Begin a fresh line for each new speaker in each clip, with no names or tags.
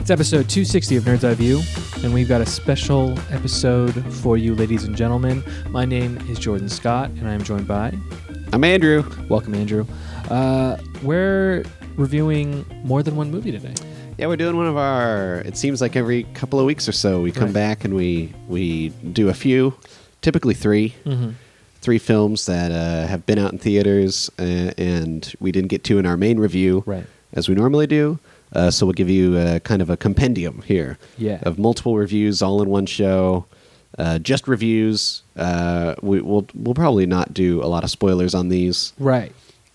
It's episode 260 of Nerds Eye View, and we've got a special episode for you, ladies and gentlemen. My name is Jordan Scott, and I am joined by.
I'm Andrew.
Welcome, Andrew. Uh, we're reviewing more than one movie today.
Yeah, we're doing one of our. It seems like every couple of weeks or so, we come
Right.
back and we we do a few, typically 3
Hmm.
three films that uh, have been out in theaters uh, and we didn't get to in our main review,
Right.
As we normally do. Uh, so we'll give you uh kind of a compendium here,
Yeah.
of multiple reviews all in one show. Uh, just reviews. Uh, we, we'll we'll probably not do a lot of spoilers on these.
Right.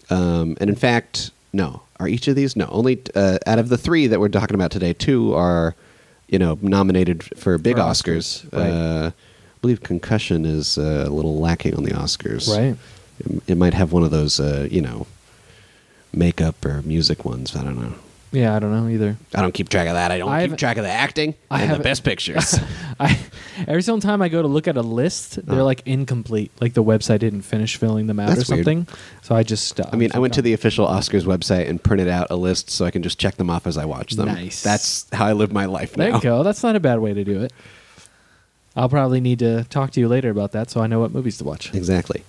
Um, and in fact, no. Are each of these? No. Only uh, out of the three that we're talking about today, two are, you know, nominated for big
For
Oscars.
Oscars, right.
Uh, I believe Concussion is uh, a little lacking on the Oscars.
Right.
It, it might have one of those, uh, you know, makeup or music ones. I don't know.
Yeah, I don't know either.
I don't keep track of that. I don't
I haven't-
keep track of the acting
I
and the
haven't-
best pictures.
I every single time I go to look at a list, they're
Uh.
like incomplete. Like the website didn't finish filling them out
That's
or
weird.
something. So I just stopped.
I mean, I went to
sometimes.
the official Oscars website and printed out a list so I can just check them off as I watch them.
Nice.
That's how I live my life now.
There you go. That's not a bad way to do it. I'll probably need to talk to you later about that, so I know what movies to watch.
Exactly.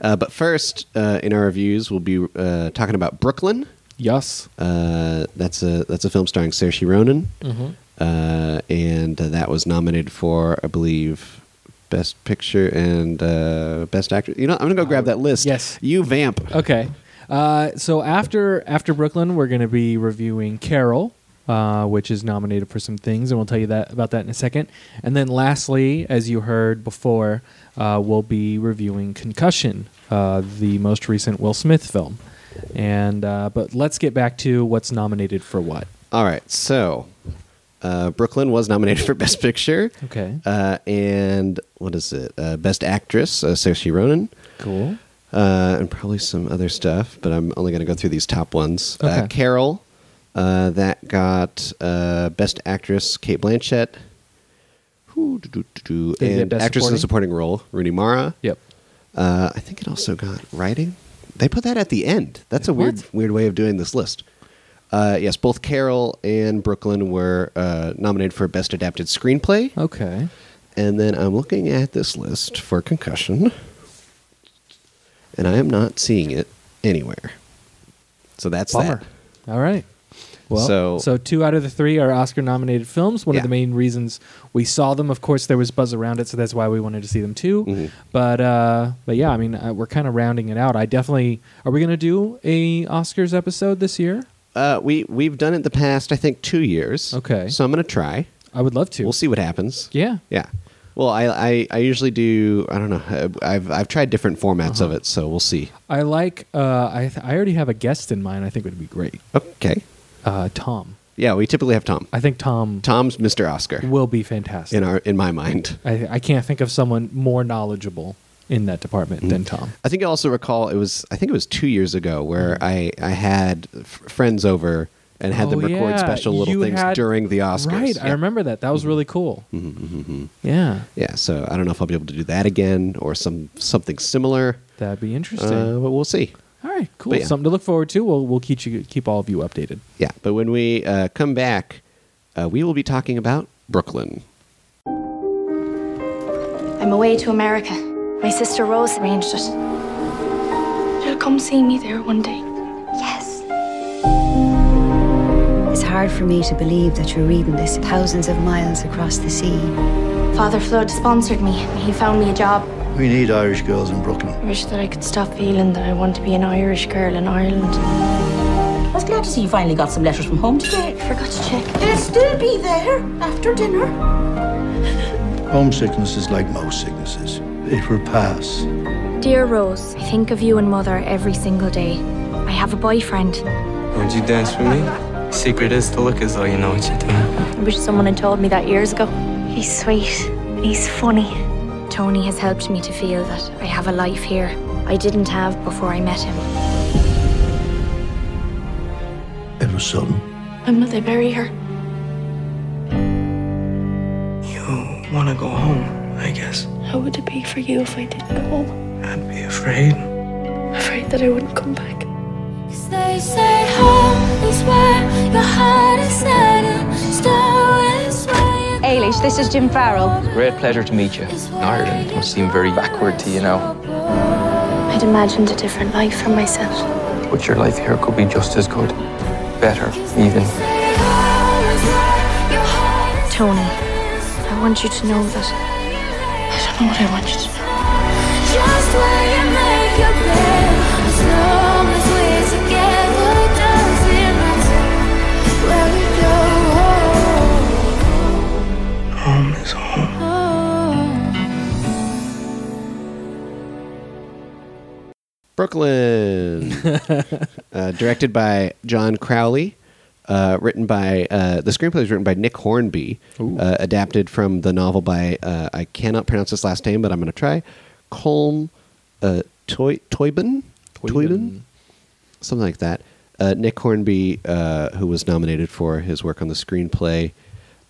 Uh, but first, uh, in our reviews, we'll be uh, talking about Brooklyn.
Yes.
Uh, that's a that's a film starring Saoirse Ronan,
Mm-hmm.
uh, and uh, that was nominated for, I believe, Best Picture and uh, Best Actress. You know, I'm gonna go grab that list.
Yes.
you vamp.
Okay. Uh, so after after Brooklyn, we're going to be reviewing Carol, uh, which is nominated for some things, and we'll tell you that about that in a second. And then lastly, as you heard before, uh, we'll be reviewing Concussion, uh, the most recent Will Smith film. And uh, but let's get back to what's nominated for what.
All right, so uh, Brooklyn was nominated for Best Picture.
Okay.
Uh, and what is it? Uh, Best Actress, uh, Saoirse Ronan.
cool.
uh, and probably some other stuff, but I'm only going to go through these top ones.
Okay.
Uh, Carol, uh, that got uh, Best Actress, Kate Blanchett. Who, do, do, do, do,
Did it get
and
Best
Actress in a Supporting Role, Rooney Mara.
Yep.
Uh, I think it also got Writing. They put that at the end. That's a weird,
What?
weird way of doing this list. Uh, yes, both Carol and Brooklyn were uh, nominated for Best Adapted Screenplay.
Okay.
And then I'm looking at this list for concussion, and I am not seeing it anywhere. So that's
Bummer.
that.
All right. Well, so,
So-
two out of the three are Oscar-nominated films. One of
Yeah.
the main reasons we saw them, of course, there was buzz around it, so that's why we wanted to see them too.
Mhm.
But uh, but yeah, I mean, uh, we're kind of rounding it out. I definitely are we going to do a Oscars episode this year?
Uh, we we've done it the past, I think, two years.
Okay.
So I'm gonna try.
I would love to.
We'll see what happens.
Yeah.
Yeah. Well, I, I, I usually do. I don't know. uh, I've I've tried different formats
Uh-huh.
of it, so we'll see.
I like. Uh, I th- I already have a guest in mind. I think would be great.
Okay.
Uh, Tom.
Yeah, we typically have Tom.
I think Tom
Tom's Mr. Oscar
will be fantastic.
in our in my mind.
I I can't think of someone more knowledgeable in that department than Tom.
I think I also recall it was I think it was two years ago
Mm-hmm.
where I I had f- friends over and had them
Oh,
record
yeah.
special little
You
things
had-
during the Oscars.
Right, I
Yeah. Mm-hmm.
remember that. That was really cool. Yeah,
Yeah, so I don't know if I'll be able to do that again or some something similar,
that'd be
uh,
interesting.
but we'll see.
all right, cool.
but yeah.
Something to look forward to. We'll we'll keep you keep all of you updated.
Yeah, but when we uh, come back, uh, we will be talking about Brooklyn.
I'm away to America. My sister Rose arranged it.
You'll come see me there one day.
Yes.
It's hard for me to believe that you're reading this thousands of miles across the sea.
Father Flood sponsored me. He found me a job.
We need Irish girls in Brooklyn.
I wish that I could stop feeling that I want to be an Irish girl in Ireland.
I was glad to see you finally got some letters from home today.
I forgot to check.
They'll still be there after dinner.
Homesickness is like most sicknesses. It will pass.
Dear Rose, I think of you and Mother every single day. I have a boyfriend.
Would you dance with me? Secret is to look as though you know what you're doing.
I wish someone had told me that years ago. He's sweet. He's funny. Tony has helped me to feel that I have a life here I didn't have before I met him.
It was sudden.
And will they bury her?
You wanna go home, I guess.
How would it be for you if I didn't go home?
I'd be afraid.
Afraid that I wouldn't come back.
They say home is where your heart is set.
Ailish, this is Jim Farrell.
Great pleasure to meet you. Ireland must seem very backward to you now.
I'd imagined a different life for myself.
But your life here could be just as good. Better, even.
Tony, I want you to know that
I don't know what I want you to know.
Home is home.
Brooklyn, uh, directed by John Crowley, uh, written by uh, the screenplay is written by Nick Hornby, uh, adapted from the novel by uh, I cannot pronounce his last name, but I'm going to try Colm uh, Toy Toyben Toyben something like that. Uh, Nick Hornby, uh, who was nominated for his work on the screenplay,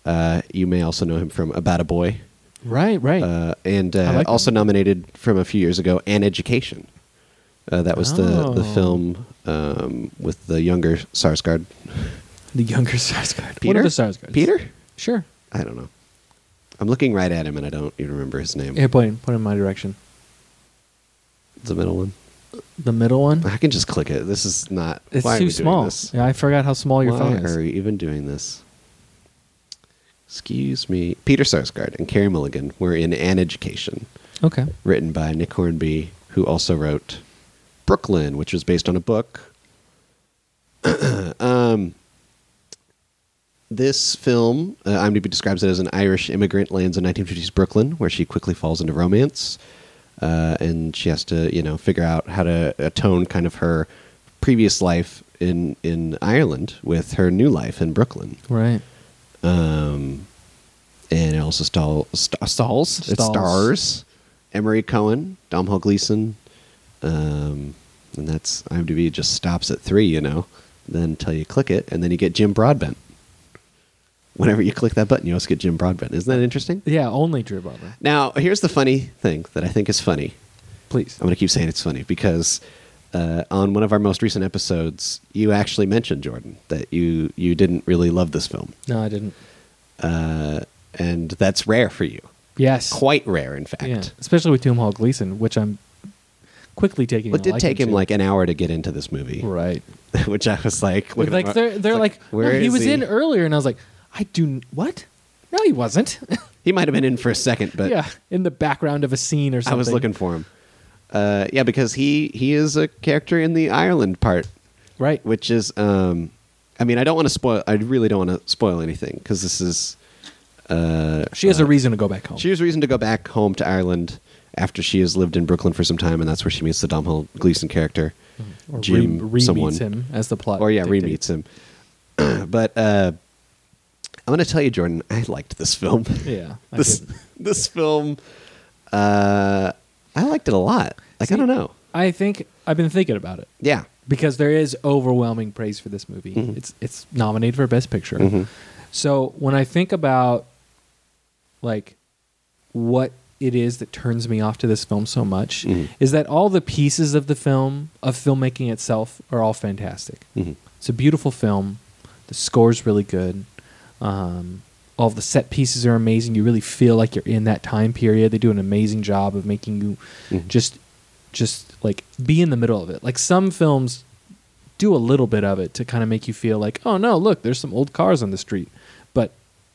uh, you may also know him from About a Boy,
Right, right.
uh, and uh,
like
also nominated from a few years ago, An Education. Uh, that was the, the
Oh.
film um, with the younger Sarsgaard.
the younger Sarsgaard. One
Peter?
of the Sarsgaards.
Peter?
Sure.
I don't know. I'm looking right at him and I don't even remember his name.
Here, point, point in my direction.
The middle one.
The middle one.
I can just click it. This is not.
It's
why are we
too
doing
small.
this?
Yeah, I forgot how small your
why
phone is.
are we even doing this? Excuse me. Peter Sarsgaard and Carrie Mulligan were in An Education,
Okay.
written by Nick Hornby, who also wrote Brooklyn, which was based on a book. um, this film, uh, IMDb describes it as an Irish immigrant lands in 1950s Brooklyn, where she quickly falls into romance, uh, and she has to, you know, figure out how to atone kind of her previous life in in Ireland with her new life in Brooklyn.
Right.
Um, and it also stall, st- stalls. It
Stalls.
stars Emery Cohen, Domhnall Gleeson. Um, and that's IMDb just stops at three, you know, then until you click it, and then you get Jim Broadbent. Whenever you click that button, you also get Jim Broadbent. Isn't that interesting?
Yeah, only Drew Barber.
Now, here's the funny thing that I think is funny.
Please.
I'm going to keep saying it's funny because uh, on one of our most recent episodes, you actually mentioned Jordan that you you didn't really love this film
No, I didn't.
and that's rare for you.
Yes.
Quite rare, in fact.
Yeah. Especially with Doom Hall Gleason, which I'm quickly taking.
Well, it
a
did
liking
take him
to.
like an hour to get into this movie,
right.
which I was like, looking at
Like
my-
they're they're
it's
like,
where
no, he
is
was in earlier, and I was like, I do n- what? No, he wasn't.
He might have been in for a second, but
yeah, in the background of a scene or
I
something.
was looking for him. Uh, yeah, because he he is a character in the Ireland part,
right.
which is, um, I mean, I don't want to spoil. I really don't want to spoil anything because this is
she has a reason to go back home.
uh, She has reason to go back home to Ireland after she has lived in Brooklyn for some time, and that's where she meets the Domhnall Gleeson character,
Mm-hmm. or
Jim,
re-
someone,
meets him as the plot.
or Oh, yeah, re
dictates.
meets him. but uh, I'm going to tell you, Jordan, I liked this film.
Yeah, I
this
didn't.
this film, uh, I liked it a lot. Like I don't know.
I think I've been thinking about it.
Yeah,
because there is overwhelming praise for this movie. It's it's nominated for Best Picture. So when I think about like what it is that turns me off to this film so much is that all the pieces of the film of filmmaking itself are all fantastic. It's a beautiful film. The score's really good. Um, all the set pieces are amazing. You really feel like you're in that time period. They do an amazing job of making you
Mm-hmm.
just just like be in the middle of it. Like some films do a little bit of it to kind of make you feel like, oh no, look, there's some old cars on the street, but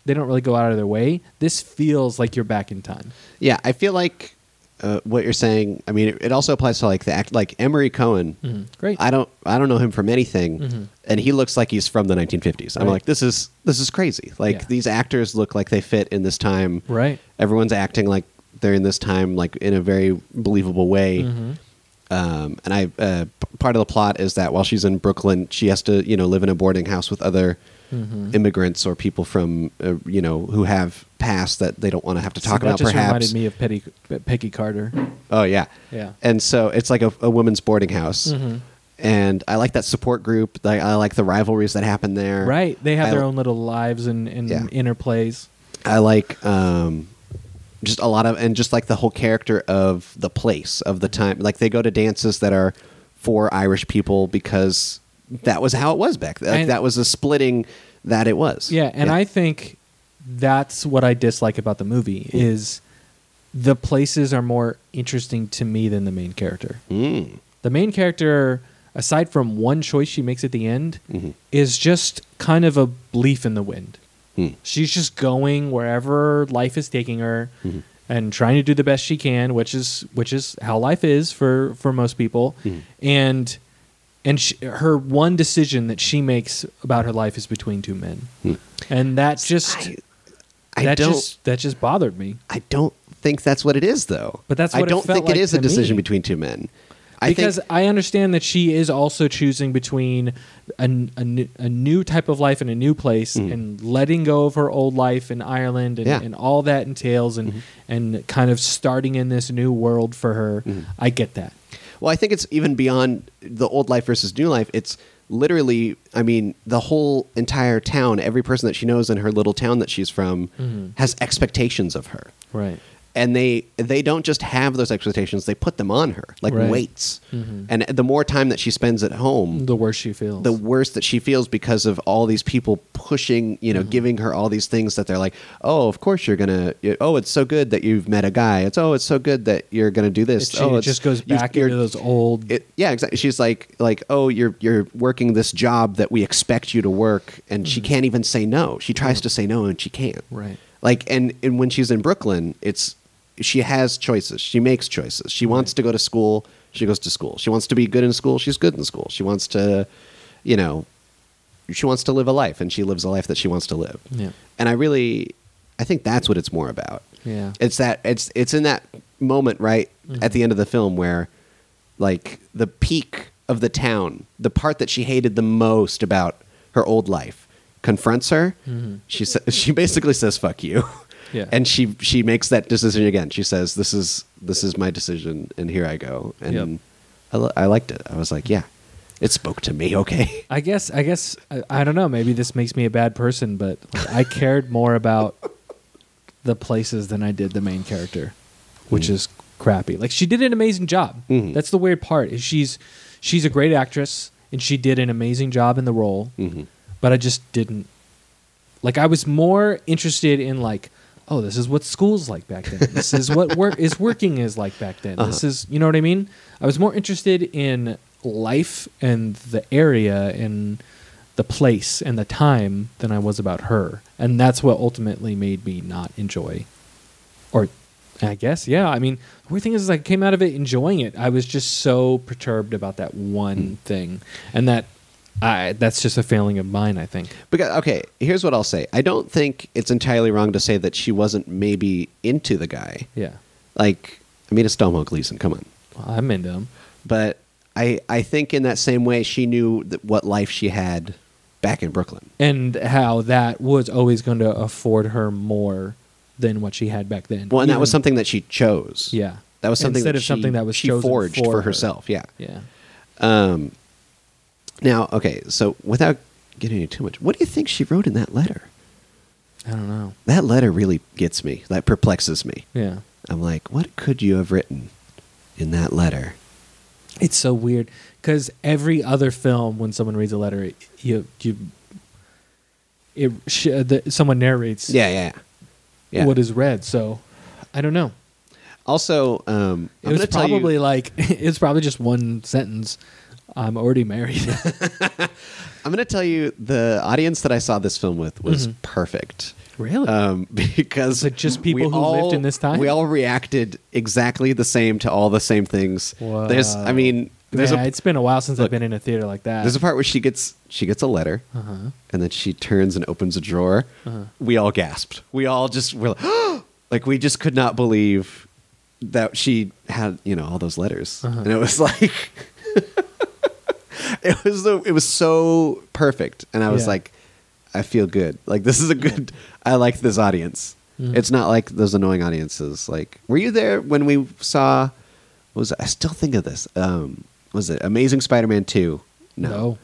they don't really go out of their way. This feels like you're back in time.
yeah. I feel like uh, what you're saying. I mean, it, it also applies to like the act, like Emery Cohen.
Great.
I don't I don't know him from anything,
Mhm.
and he looks like he's from the 1950s. I'm
Right.
like, this is this is crazy. Like
Yeah.
these actors look like they fit in this time.
Right.
Everyone's acting like they're in this time, like in a very believable way.
Mhm.
Um, and I uh, p- part of the plot is that while she's in Brooklyn, she has to you know live in a boarding house with other
Mm-hmm.
immigrants or people from uh, you know who have past that they don't want to have to
So
talk
that
about.
just
perhaps
reminded me of Petty, Peggy Carter.
Oh yeah,
Yeah. Mm-hmm.
And so it's like a, a women's boarding house, and I like that support group. I, I like the rivalries that happen there.
Right. They have
I-
their own little lives and, and
Yeah.
interplays.
I like um, just a lot of, and just like the whole character of the place of the time. Like they go to dances that are for Irish people because that was how it was back. Like
And-
that was a splitting that it was.
Yeah, and
yeah.
I think that's what I dislike about the movie is the places are more interesting to me than the main character.
Mm.
The main character, aside from one choice she makes at the end,
Mm-hmm.
is just kind of a leaf in the wind.
Mm.
She's just going wherever life is taking her and trying to do the best she can, which is which is how life is for for most people. And and sh her one decision that she makes about her life is between two men. And that just
I, I
that
don't.
just that just bothered me.
I don't think that's what it is, though.
But that's what
I
it
don't
felt
think
like
it is a
to
decision
me.
between two men. I
because
think,
I understand that she is also choosing between a, n- a n- a new type of life and a new place and letting go of her old life in Ireland and,
Mm-hmm. Yeah. Mm-hmm.
and all that entails and, and kind of starting in this new world for her. I get that.
well, I think it's even beyond the old life versus new life. It's literally, I mean, the whole entire town, every person that she knows in her little town that she's from,
Mm-hmm.
has expectations of her.
Right.
and they they don't just have those expectations they put them on her like
Right. Mm-hmm.
weights and the more time that she spends at home
The worse she feels.
the worse that she feels because of all these people pushing you know
Mm-hmm.
giving her all these things that they're like oh of course you're gonna you- oh it's so good that you've met a guy it's oh it's so good that you're gonna do this
It- she-
oh
it
it's-
just goes
you've-
back
you're-
into those old.
it, yeah, exactly. She's like, like, oh, you're you're working this job that we expect you to work, and she can't even say no. She tries to say no, and she can't.
Mm-hmm. Right.
Like, and and when she's in Brooklyn, it's she has choices. She makes choices. She wants to go to school. She goes to school. She wants to be good in school. She's good in school. She wants to, you know, she wants to live a life, and she lives a life that she wants to live.
Yeah.
And I really, I think that's what it's more about.
Yeah.
It's that it's it's in that moment right at
Mm-hmm.
the end of the film where like the peak of the town, the part that she hated the most about her old life confronts her. She sa- she basically says fuck you.
Mm-hmm. Yeah.
And she she makes that decision again. She says this is this is my decision and here I go. And
Yep.
I li- I liked it. I was like, yeah. It spoke to me, okay.
I guess. I guess. I, I don't know. Maybe this makes me a bad person, but like, I cared more about the places than I did the main character, which is crappy. Like she did an amazing job.
Mhm.
That's the weird part. Is she's she's a great actress and she did an amazing job in the role,
Mhm.
but I just didn't. Like I was more interested in like. Oh, this is what school's like back then. This is what work is working is like back then. This is, you know what I mean? I was more interested in life and the area and the place and the time than I was about her. And that's what ultimately made me not enjoy. Or I guess, yeah. I mean, the weird thing is, is I came out of it enjoying it. I was just so perturbed about that one thing. And that I that's just a failing of mine, I think.
Because okay, here's what I'll say. I don't think it's entirely wrong to say that she wasn't maybe into the guy.
Yeah.
Like, I mean, it's Stonewall Gleason. Come on,
Well, I'm into him.
but I I think in that same way she knew that what life she had back in Brooklyn.
And how that was always going to afford her more than what she had back then.
Well, and that was
Even-
something that she chose.
Yeah.
that was something
Instead
that
of
she,
something that was
she
chosen
forged
for
for,
her.
herself. Yeah.
Yeah.
Now, okay, so without getting into too much, what do you think she wrote in that letter?
I don't know.
That letter really gets me. That perplexes me.
Yeah.
I'm like, what could you have written in that letter?
It's so weird because every other film, when someone reads a letter, it, you you it sh- uh, the, someone narrates
Yeah, yeah, yeah. yeah.
what is read. So I don't know.
also? Um,
It
I'm
was
gonna tell you-
probably like it's probably just one sentence. I'm already married.
I'm going to tell you the audience that I saw this film with was perfect.
Mm-hmm. really?
Um, because
it just people
we
who lived in this time?
we all reacted exactly the same to all the same things. There's, I
Wow.
mean, there's
yeah,
a
it's been a while since
look,
I've been in a theater like that.
there's a part where she gets she gets a letter,
Uh-huh.
and then she turns and opens a drawer. We all gasped. We all just were like, like we just could not believe that she had you know all those letters,
Uh-huh.
and it was like it was the, it was so perfect, and I was
Yeah.
like, I feel good. Like this is a good. I like this audience.
Mm-hmm.
It's not like those annoying audiences. Like, were you there when we saw? What was it? I still think of this? Um, was it Amazing Spider-Man Two? Uh,
no.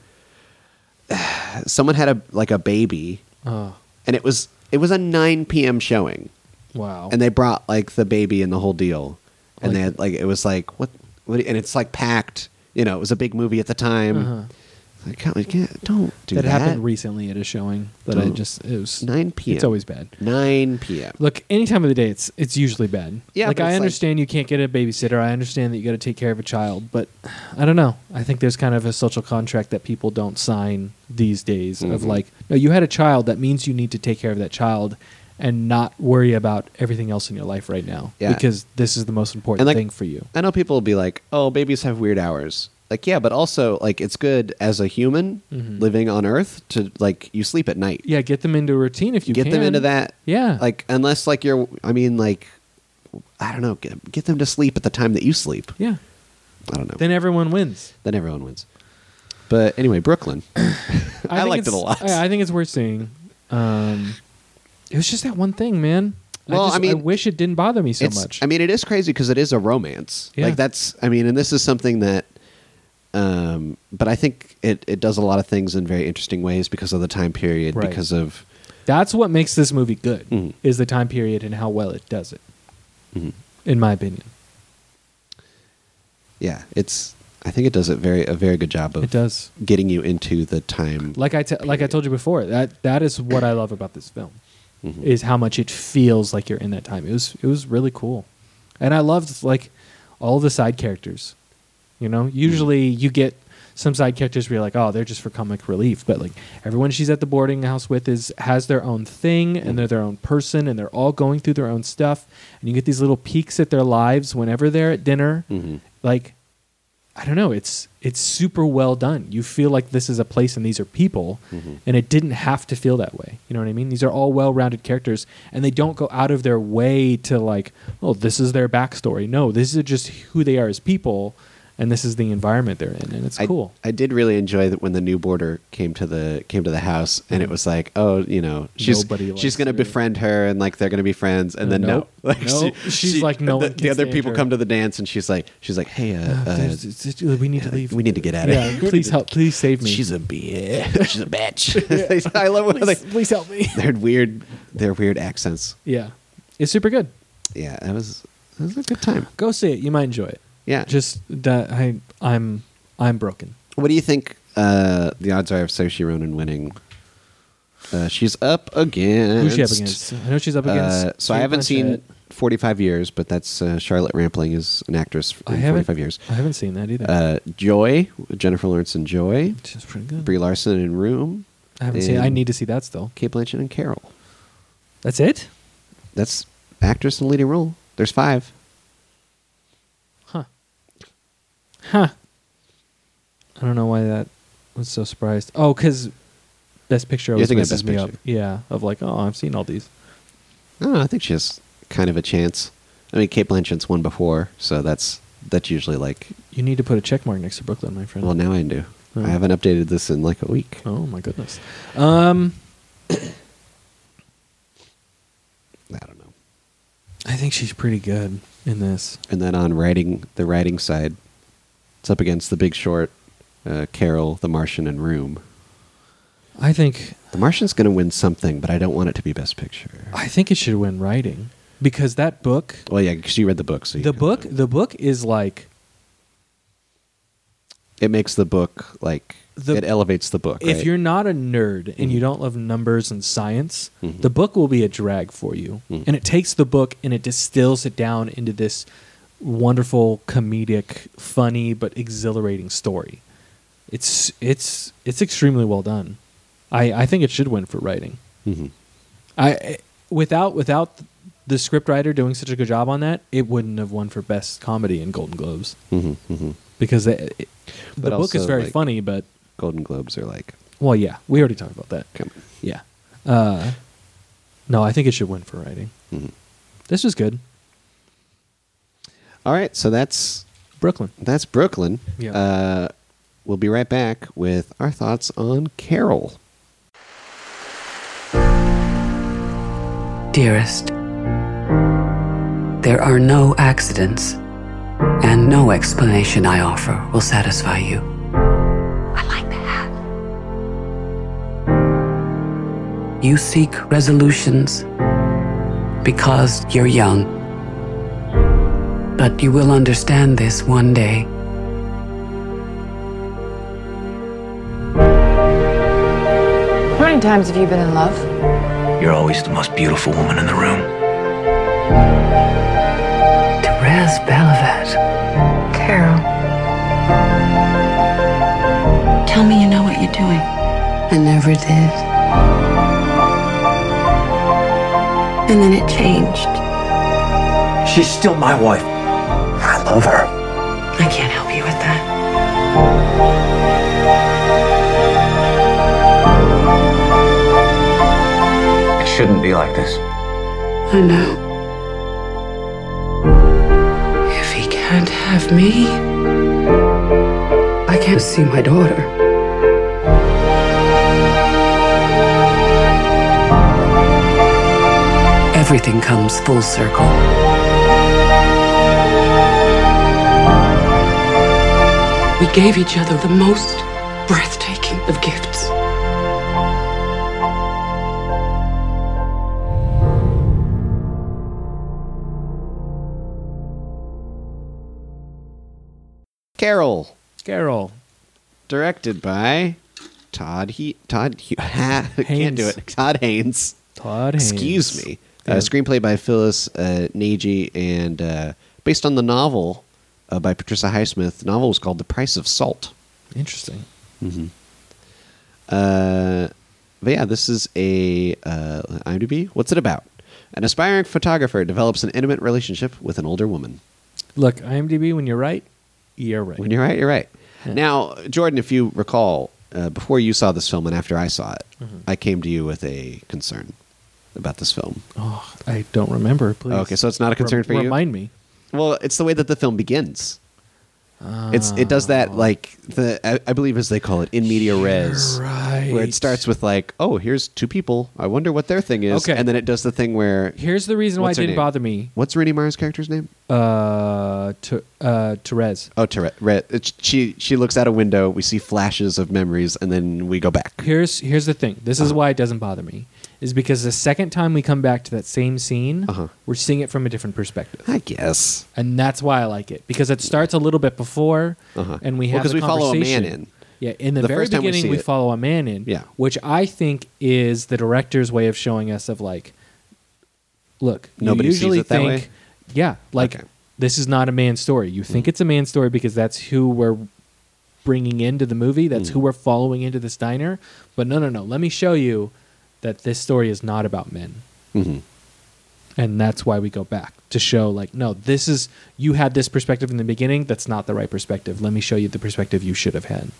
someone had a like a baby
Oh
and it was it was a 9 p.m showing
wow.
and they brought like the baby and the whole deal and
Like-
they had like it was like what, what and it's like packed you know it was a big movie at the time I can't, we can't, don't do
Uh-huh. that,
that.
happened recently at a showing that I
Oh.
just it was
9 p.m.
It's always bad.
9 p.m.
Look, any time of the day, it's it's usually bad.
Yeah,
like
but
I
it's like-
understand you can't get a babysitter. I understand that you got to take care of a child, but I don't know. I think there's kind of a social contract that people don't sign these days of
Mhm.
like, no, you had a child. That means you need to take care of that child and not worry about everything else in your life right now
Yeah.
because this is the most important
And, like-
thing for you.
I know people will be like, "Oh, babies have weird hours." Like, yeah, but also like it's good as a human
Mhm.
living on Earth to like you sleep at night.
Yeah, get them into a routine if you
get them
can.
into that.
Yeah,
Like, unless like you're, I mean, like, I don't know, get, get them to sleep at the time that you sleep.
yeah.
I don't know.
Then
Then,
everyone wins.
everyone wins. But anyway, Brooklyn. I,
think
liked it a
it's-
lot.
I, I think it's worth seeing. Um, it was just that one thing, man. I,
Well,
just,
I mean,
wish it didn't bother me so
it's,
much.
I mean, it is crazy because it is a romance.
Yeah.
Like that's, I mean, and this is something that, um, but I think it, it does a lot of things in very interesting ways because of the time period,
Right.
because of,
That's what makes this movie good
Mhm.
is the time period and how well it does it,
Mm-hmm.
in my opinion.
yeah, it's, I think it does a very, a very good job of
It does.
getting you into the time.
Like I te- like I
Period.
told you before, that that is what I love about this film is how much it feels like you're in that time. It was it was really cool, and I loved like all the side characters. You know, usually you get some side characters where you're like, oh, they're just for comic relief, but like everyone she's at the boarding house with is has their own thing and they're their own person and they're all going through their own stuff, and you get these little peeks at their lives whenever they're at dinner. Like I don't know. It's it's super well done. You feel like this is a place and these are people,
Mm-hmm.
and it didn't have to feel that way. You know what I mean? These are all well-rounded characters, and they don't go out of their way to like, oh, this is their backstory. No, this is just who they are as people, and this is the environment they're in, and it's
I,
cool.
I did really enjoy that when the new boarder came to the came to the house and it was like, oh, you know, she's
Mm-hmm. Nobody likes
she's gonna
you.
befriend her and like they're gonna be friends and then
Nope.
no, like
Nope. She's like, no
the,
one can
the other
stand
people
her.
come to the dance and she's like, she's like, hey, uh, uh,
There's- it's- it's- we need to leave.
we need to get out of
yeah,
here.
please help. Please save me.
she's a bitch. she's a bitch. I love what they
please, please help me.
their weird their weird accents.
yeah, it's super good.
Yeah, that was that was a good time.
Go see it. You might enjoy it.
Yeah.
Just that I I'm I'm broken.
What do you think uh, the odds are of Saoirse Ronan winning? Uh, she's up against.
Who's she up against? I know she's up against.
Uh, so I
Kate
haven't
Blanchett.
seen 45 years, but that's uh, Charlotte Rampling is an actress
I
in
haven't.
45 years.
I haven't seen that either.
Uh, Joy, Jennifer Lawrence and Joy,
Which is pretty good.
Brie Larson in Room.
I haven't seen.
and
I need to see that still.
Kate Blanchett and Carol.
That's it.
That's actress in leading role. There's five.
Huh. Huh. I don't know why that was so surprised. Oh, because best picture always
thinking of
messes
Best
me up.
Picture.
Yeah, of like, oh, I've seen all these.
I don't know, I think she has kind of a chance. I mean, Kate Blanchett's won before, so that's that's usually like.
You need to put a check mark next to Brooklyn, my friend.
Well, now I do.
Hmm.
I haven't updated this in like a week.
oh my goodness. Um,
I don't know.
I think she's pretty good in this.
And then on writing, the writing side, it's up against The Big Short, uh, Carol, The Martian, and Room.
I think.
The Martian's going to win something, but I don't want it to be Best Picture.
I think it should win writing because that book.
Well, yeah, because you read the book, so you
The
know.
book. The book is like.
it makes the book like
The-
it elevates the book.
If
right?
you're not a nerd and you
Mhm.
don't love numbers and science,
Mhm.
the book will be a drag for you.
Mhm.
And it takes the book and it distills it down into this wonderful, comedic, funny but exhilarating story. It's it's it's extremely well done. I, I think it should win for writing.
Mhm.
I- I without without the scriptwriter doing such a good job on that, it wouldn't have won for best comedy in Golden Globes
Mhm, mhm.
because it, it- the
But
book is
also,
very
like-
funny, but
Golden Globes are like,
well, yeah, we already talked about that.
come on.
Yeah. Uh, no, I think it should win for writing.
Mhm.
This was good.
All right, so that's
Brooklyn.
that's Brooklyn.
Yeah.
Uh, we'll be right back with our thoughts on Carol.
Dearest, there are no accidents, and no explanation I offer will satisfy you.
I like that.
You seek resolutions because you're young. But you will understand this one day.
many times have you been in love?
You're always the most beautiful woman in the room.
Therese Belivet.
Carol. Tell me you know what you're doing.
I never did.
And then it changed.
She's still my wife. I love her.
I can't help you with that.
It shouldn't be like this.
I know. If he can't have me, I can't see my daughter. Everything comes full circle. We gave each other the most breathtaking of gifts.
Carol,
Carol.
directed by Todd he Todd he- ha, I can't do
Haynes.
it. Todd Haynes.
Todd Haynes.
Excuse me.
Yeah.
Uh, screenplay by Phyllis uh, Nagy and uh, based on the novel uh, by Patricia Highsmith. The novel was called The Price of Salt.
Interesting. Mm-hmm.
Uh, but yeah, this is a uh, IMDb. What's it about? An aspiring photographer develops an intimate relationship with an older woman.
Look, IMDb, when you're right, you're right.
When you're right, you're right. Now, Jordan, if you recall, uh, before you saw this film and after I saw it,
Mm-hmm.
I came to you with a concern about this film.
oh, I don't remember. Please.
Okay, so it's not a concern
Re-
for you?
Remind me.
Well, it's the way that the film begins. It's
Uh,
it does
Ah.
that like the I, I believe as they call it in media res,
right.
where it starts with like, oh, here's two people. I wonder what their thing is,
Okay.
and then it does the thing where
Here's the reason why it
What's her
didn't
name?
bother me.
what's Rooney Mara's character's name?
Uh, to, uh, Therese.
Oh, Tere- Re- it's She she looks out a window. We see flashes of memories, and then we go back.
Here's here's the thing. This is why it doesn't bother me. Is because the second time we come back to that same scene,
Uh-huh.
we're seeing it from a different perspective,
I guess
and that's why I like it because it starts a little bit before,
Uh-huh.
and we
Well,
have
'cause
the
we follow a man
conversation.
in.
Yeah, in the,
The
very
first time we
beginning
see
we,
it.
follow a man in.
Yeah.
which I think is the director's way of showing us of like, look, you
Nobody sees
usually
it that
think,
way?
yeah, like
Okay. Mm.
this is not a man's story. You think it's a man's story because that's who we're bringing into the movie.
Mm.
That's who we're following into this diner. But no, no, no. Let me show you that this story is not about men. And that's why we go back to show, like, no, this is, you had this perspective in the beginning. That's not the right perspective. Let me show you the perspective you should have had.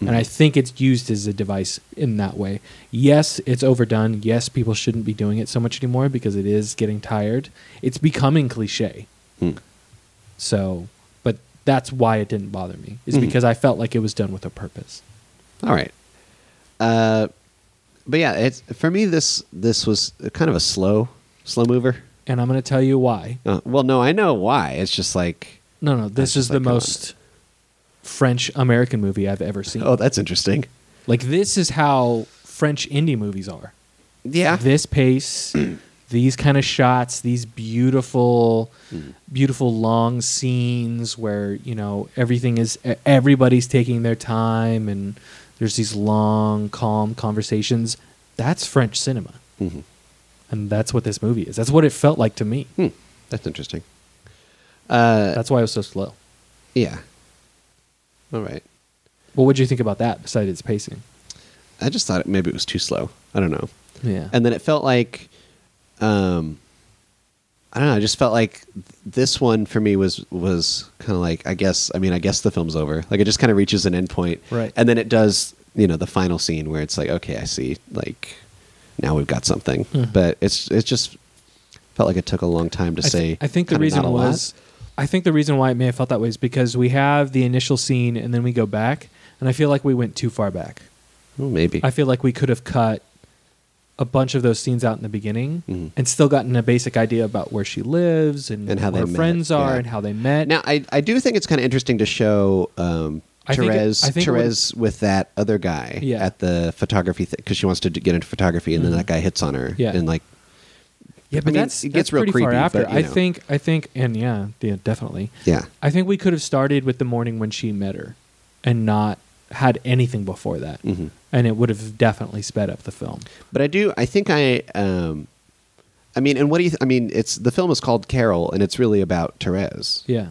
And I
Mm-hmm.
think it's used as a device in that way. Yes, it's overdone. Yes, people shouldn't be doing it so much anymore because it is getting tired. It's becoming cliche.
Hmm.
So, but that's why it didn't bother me, is
Mm-hmm.
because I felt like it was done with a purpose.
all right. Uh, but yeah, it's for me this this was kind of a slow slow mover.
And I'm going to tell you why.
Uh, well, no, I know why. It's just like
No, no, this
just
is the
like, come on.
most French American movie I've ever seen.
oh, that's interesting.
Like this is how French indie movies are.
Yeah,
This pace, these kind of shots, these beautiful,
Hmm.
beautiful long scenes where you know everything is e- everybody's taking their time and there's these long, calm conversations. That's French cinema,
Mm-hmm.
and that's what this movie is. That's what it felt like to me.
hmm, that's interesting. Uh,
that's why it was so slow.
Yeah. All right.
What would you think about that? Besides its pacing,
I just thought it, maybe it was too slow. I don't know.
yeah,
And then it felt like, um, I don't know. I just felt like th- this one for me was was kind of like I guess. I mean, I guess the film's over. Like it just kind of reaches an end point,
Right.
And then it does. You know, the final scene where it's like, okay, I see. Like now we've got something.
Hmm.
But it's it's just felt like it took a long time to
I
say.
thi- I think the
kinda
reason
not a lot.
was, I think the reason why it may have felt that way is because we have the initial scene and then we go back, and I feel like we went too far back.
Well, maybe
I feel like we could have cut a bunch of those scenes out in the beginning and still gotten a basic idea about where she lives and,
Mm-hmm. And how
who
they
her
met,
friends are
yeah.
and how they met.
Now, I, I do think it's kind of interesting to show um,
I think it-
Therese,
I think it
Therese with that other guy
Yeah. Mm-hmm.
at the photography thing because she wants to d- get into photography, and then that guy hits on her,
Yeah.
and like,
yeah,
I
but
mean,
that's
it
that's
gets real
pretty far
creepy,
after.
but, you
I
know.
think I think and yeah, yeah, definitely.
yeah,
I think we could have started with the morning when she met her and not had anything before that,
Mhm.
and it would have definitely sped up the film.
But I do. I think I. Um, I mean, and what do you? Th- I mean, it's the film is called Carol, and it's really about Therese.
Yeah,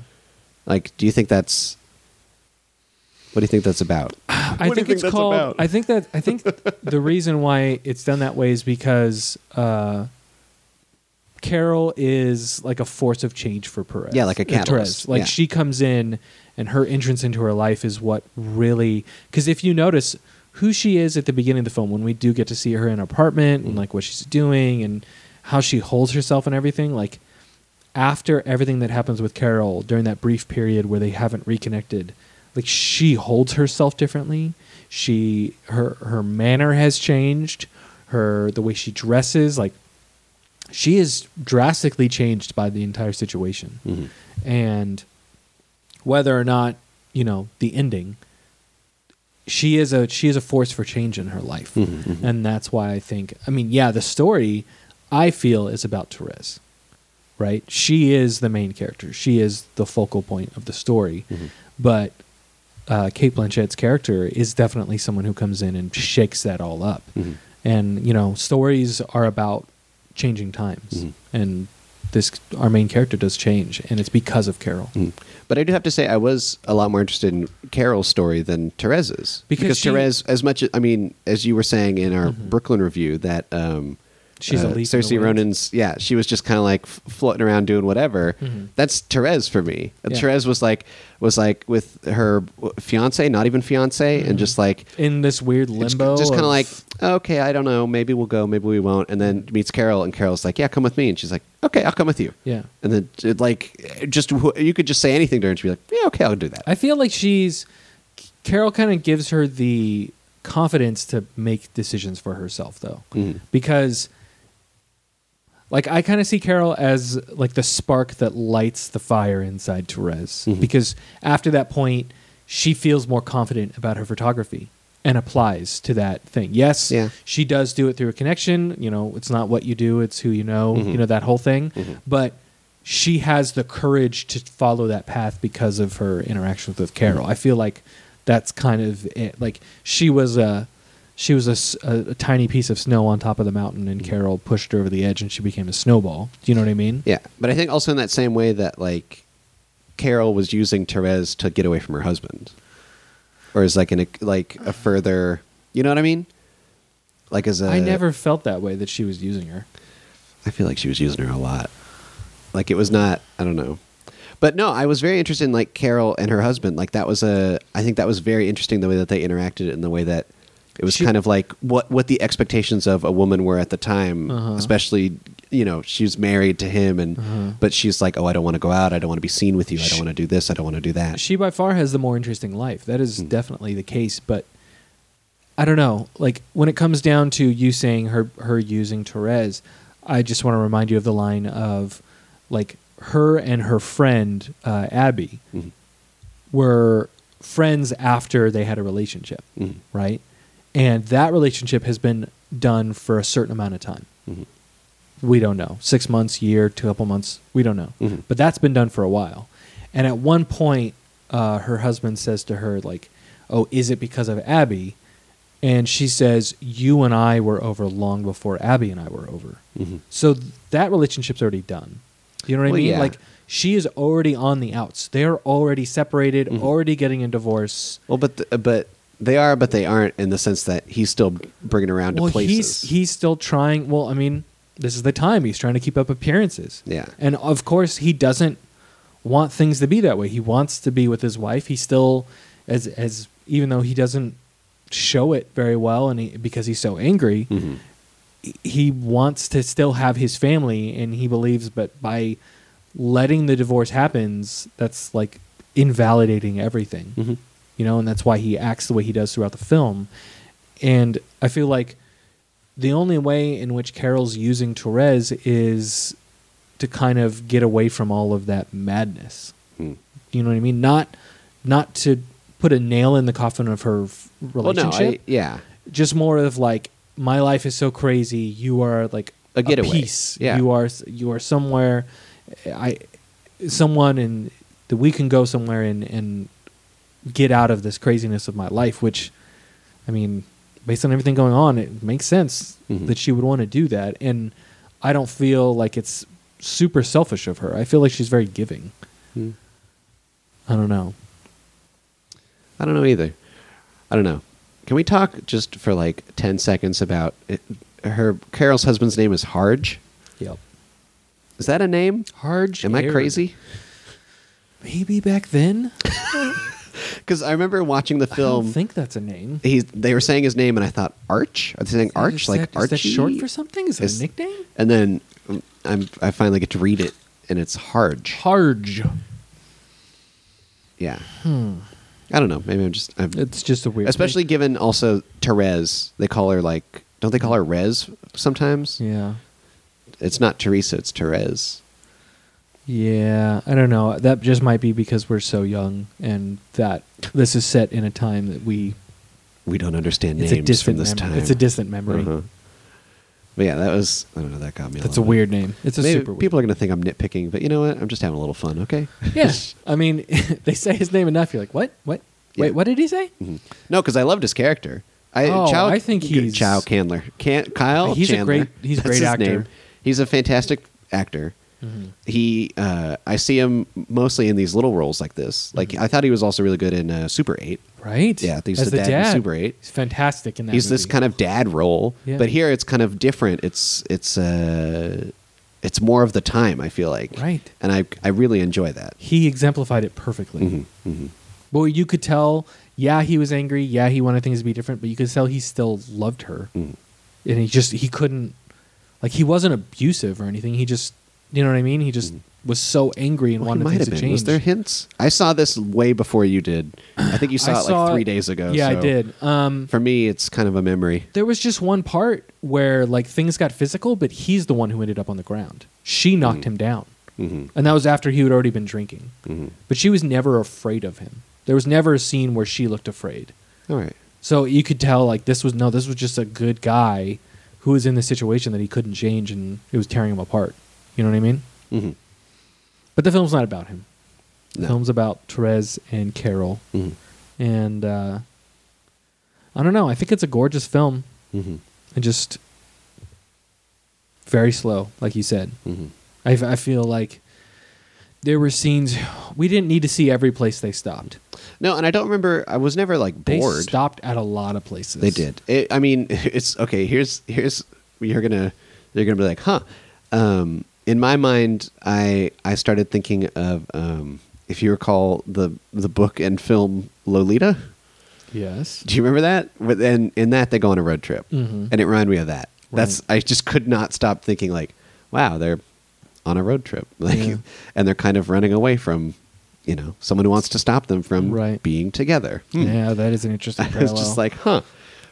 Like, do you think that's? What do you think that's about?
I think, it's called. I think that I think the reason why it's done that way is because uh, Carol is like a force of change for Perez.
Yeah, like a
uh,
catalyst.
Therese. Like
Yeah.
she comes in, and her entrance into her life is what really. Because if you notice who she is at the beginning of the film, when we do get to see her in her apartment
Mm.
and like what she's doing and how she holds herself and everything, like after everything that happens with Carol during that brief period where they haven't reconnected, like she holds herself differently. She her her manner has changed. Her the way she dresses, like she is drastically changed by the entire situation. And whether or not, you know, the ending, she is a she is a force for change in her life. And that's why I think I mean, yeah, the story I feel is about Therese right? She is the main character. She is the focal point of the story. But uh, Kate Blanchett's character is definitely someone who comes in and shakes that all up. And you know, stories are about changing times, and this our main character does change, and it's because of Carol.
But I do have to say, I was a lot more interested in Carol's story than Therese's
Because she- Mm-hmm.
Therese, as much as I mean, as you were saying in our Brooklyn review, that um,
She's a leaf in the
Cersei
wind.
Ronan's. Yeah, she was just kind of like f- floating around doing whatever. That's Therese for me.
Mm-hmm.
And
Yeah.
Therese was like was like with her w- fiance, not even fiance, and just like
In this weird
it's
Mm-hmm. limbo,
just kind of like
of-
okay, I don't know, maybe we'll go, maybe we won't, and then meets Carol, and Carol's like, yeah, come with me, and she's like, okay, I'll come with you.
yeah.
And then, it, like, just wh- you could just say anything to her, and she'd be like, "Yeah, okay, I'll do that."
I feel like she's Carol kind of gives her the confidence to make decisions for herself though. Because like I kind of see Carol as like the spark that lights the fire inside Therese because after that point she feels more confident about her photography and applies to that thing. Yes,
Yeah.
she does do it through a connection, you know, it's not what you do, it's who you know, you know that whole thing, but she has the courage to follow that path because of her interactions with Carol. I feel like that's kind of it. Like she was a she was a s- a, a tiny piece of snow on top of the mountain, and Carol pushed her over the edge, and she became a snowball. Do you know what I mean?
Yeah, but I think also in that same way that like Carol was using Therese to get away from her husband, or as like an like a further, you know what I mean? Like as a,
I never felt that way that she was using her.
I feel like she was using her a lot. Like it was not. I don't know. But no, I was very interested in like Carol and her husband. Like that was a. I think that was very interesting the way that they interacted and the way that it was
She-
kind of like what what the expectations of a woman were at the time,
Uh-huh.
especially you know she's married to him and
Uh-huh.
but she's like, oh, I don't want to go out. I don't want to be seen with you. I
She-
don't want to do this. I don't want to do that.
She by far has the more interesting life. That is definitely the case, but I don't know. Like when it comes down to you saying her her using Therese, I just want to remind you of the line of like her and her friend uh, Abby were friends after they had a relationship, right? And that relationship has been done for a certain amount of time. We don't know. Six months, year, two couple months, we don't know.
Mm-hmm.
But that's been done for a while. And at one point, uh, her husband says to her, like, oh, is it because of Abby? And she says, you and I were over long before Abby and I were over. So th- that relationship's already done. You know what
Mm-hmm.
I
Well,
mean?
yeah.
Like, she is already on the outs. They're already separated,
Mm-hmm.
already getting a divorce.
well, but the, but they are, but they aren't in the sense that he's still bringing her around
Well,
to places.
he's he's still trying. Well, I mean, this is the time he's trying to keep up appearances.
Yeah.
and of course he doesn't want things to be that way. He wants to be with his wife. He still, as as even though he doesn't show it very well, and he, because he's so angry, he wants to still have his family and he believes but by letting the divorce happens that's like invalidating everything you know and that's why he acts the way he does throughout the film and i feel like the only way in which carol's using therese is to kind of get away from all of that madness
Hmm.
you know what i mean not not to put a nail in the coffin of her f-
well, no,
relationship
I, yeah.
just more of like my life is so crazy you are like
A getaway.
piece
Yeah.
you are you are somewhere i someone and that we can go somewhere and and get out of this craziness of my life, which, I mean, based on everything going on, it makes sense
Mhm.
that she would want to do that. And I don't feel like it's super selfish of her. I feel like she's very giving.
Hmm.
I don't know.
I don't know either. I don't know. Can we talk just for like 10 seconds about it? her Carol's husband's name is Harge?
Yep.
Is that a name?
Harge.
Am I
Aaron.
crazy?
Maybe back then.
Because I remember watching the
I don't
film.
think that's a name.
He's, they were saying his name, and I thought Arch. Are they saying Arch?
Is
like
that,
Archie?
Is that short for something? Is that
It's-
a nickname?
And then um, I'm, I finally get to read it, and it's Harge.
Harge.
Yeah. I don't know. Maybe I'm just. I'm,
Hmm. It's just a weird.
especially given also Therese. They call her like. Don't they call her Rez sometimes?
Yeah.
It's not Teresa. It's Therese.
Yeah, I don't know. That just might be because we're so young, and that this is set in a time that we
We don't understand
it's a
names
distant
from this
mem-
time.
It's a distant memory.
Uh-huh. But yeah, that was. I don't know. That got me.
That's a
little
weird
bit.
name. It's a
Maybe
super weird.
people are going to think I'm nitpicking, but you know what? I'm just having a little fun. Okay.
yeah, I mean, they say his name enough. You're like, what? What? Wait,
Yeah. Mm-hmm.
what did he say?
No, because I loved his character. I,
Oh,
Chow,
I think he's-
Chow Candler. Can, Kyle.
He's a
Chandler.
great- he's a
That's
great
his
actor. Mm-hmm.
He's a fantastic actor. He, uh, I see him mostly in these little roles like this. Like
Mm-hmm.
I thought he was also really good in uh, Super Eight.
Right?
Yeah, I think he's
As
the dad in Super 8.
He's fantastic in that.
he's this
movie.
kind of dad role,
Yeah.
but here it's kind of different. It's it's uh, it's more of the time. I feel like
Right.
and I I really enjoy that.
He exemplified it perfectly.
Mm-hmm,
Well, you could tell. Yeah, he was angry. Yeah, he wanted things to be different, but you could tell he still loved her,
Mm.
and he just he couldn't like he wasn't abusive or anything. He just you know what I mean. He just was so angry and
Mm-hmm. Well,
wanted
he might
things
have
to
been.
change.
Was there hints? I saw this way before you did. I think you saw
I
it like
saw
three
it-
days ago.
Yeah, I
so
did. Um,
For me, it's kind of a memory.
there was just one part where like things got physical, but he's the one who ended up on the ground. She knocked him down, and that was after he had already been drinking. But she was never afraid of him. There was never a scene where she looked afraid.
All right.
So you could tell like this was no, this was just a good guy who was in this situation that he couldn't change and it was tearing him apart. You know what I mean?
hmm
But the film's not about him. The
No.
film's about Therese and Carol.
Mhm.
And uh, I don't know. I think it's a gorgeous film
hmm
and just very slow, like you said.
hmm
I, f- I feel like there were scenes we didn't need to see every place they stopped.
No, and I don't remember. I was never like
They
bored.
stopped at a lot of places.
They did. It, I mean, it's okay. Here's here's you're gonna you're gonna be like, huh? Um, in my mind, I I started thinking of um, if you recall the the book and film Lolita.
Yes.
Do you remember that? With- And in that, they go on a road trip,
Mhm.
and it reminded me of that. That's I just could not stop thinking like, wow, they're on a road trip, like,
Yeah.
and they're kind of running away from, you know, someone who wants to stop them from
Right.
being together. Hmm.
Yeah, that is an interesting
I was
parallel.
just like, huh.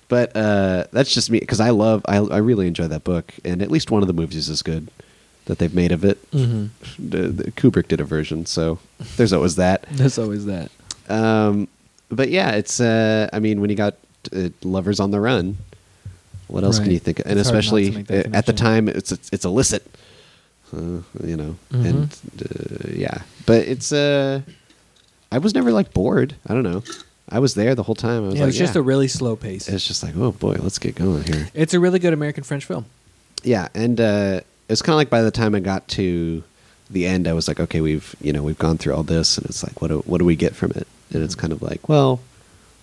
But uh, that's just me because I love, I, I really enjoy that book, and at least one of the movies is good that they've made of it.
Mhm.
The- the- Kubrick did a version, so there's always that.
There's always that.
Um, but yeah, it's. Uh, I mean, when you got uh, lovers on the run, what else can
Right.
you think? of? And
It's hard not to
especially
make that
uh, at the
connection.
time, it's it's, it's illicit. Uh, you know,
Mhm.
and uh, yeah, but it's. Uh, I was never like bored. I don't know. I was there the whole time. I was
Yeah,
like,
it was just
yeah.
a really slow pace.
It's just like, oh boy, let's get going here.
It's a really good American French film.
Yeah, and uh, it's kind of like by the time I got to the end, I was like, okay, we've you know we've gone through all this, and it's like, what do, what do we get from it? And it's kind of like, well,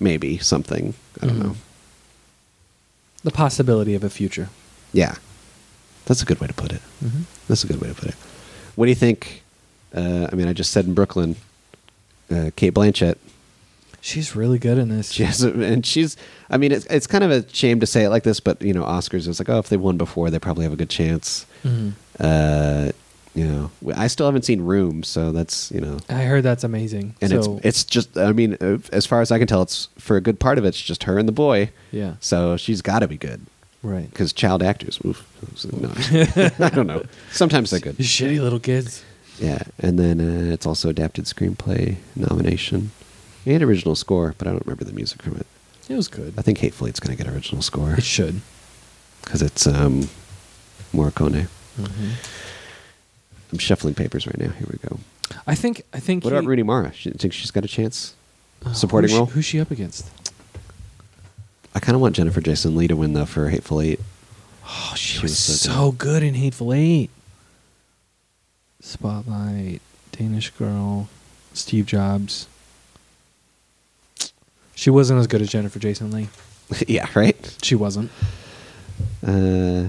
maybe something. I don't
Mhm.
know.
The possibility of a future.
Yeah, that's a good way to put it.
Mhm.
That's a good way to put it. What do you think? Uh, I mean, I just said in Brooklyn, uh, Kate Blanchett.
She's really good in this.
She has, a, and she's. I mean, it's it's kind of a shame to say it like this, but you know, Oscars. It's like, oh, if they won before, they probably have a good chance.
Mhm.
uh, you know, w- I still haven't seen Room, so that's you know,
I heard that's amazing.
and
so,
it's it's just I mean, uh, as far as I can tell, it's for a good part of it, it's just her and the boy.
Yeah.
So she's got to be good
right.
because child actors, oof, no, I don't know. Sometimes they're good.
Shitty little kids.
Yeah, and then uh, it's also adapted screenplay nomination and original score, but I don't remember the music from it.
It was good.
I think Hatefully it's going to get original score
It should.
because it's um, Morricone. Mm-hmm. I'm shuffling papers right now. Here we go.
I think. I think.
What
he-
about Rooney Mara? She, think she's got a chance? supporting
who's,
role.
Who's she up against?
I kind of want Jennifer Jason Lee to win though for Hateful Eight.
Oh, she, was, so, good in Hateful Eight. Spotlight, Danish Girl, Steve Jobs. She wasn't as good as Jennifer Jason Lee.
yeah, right.
She wasn't.
Uh,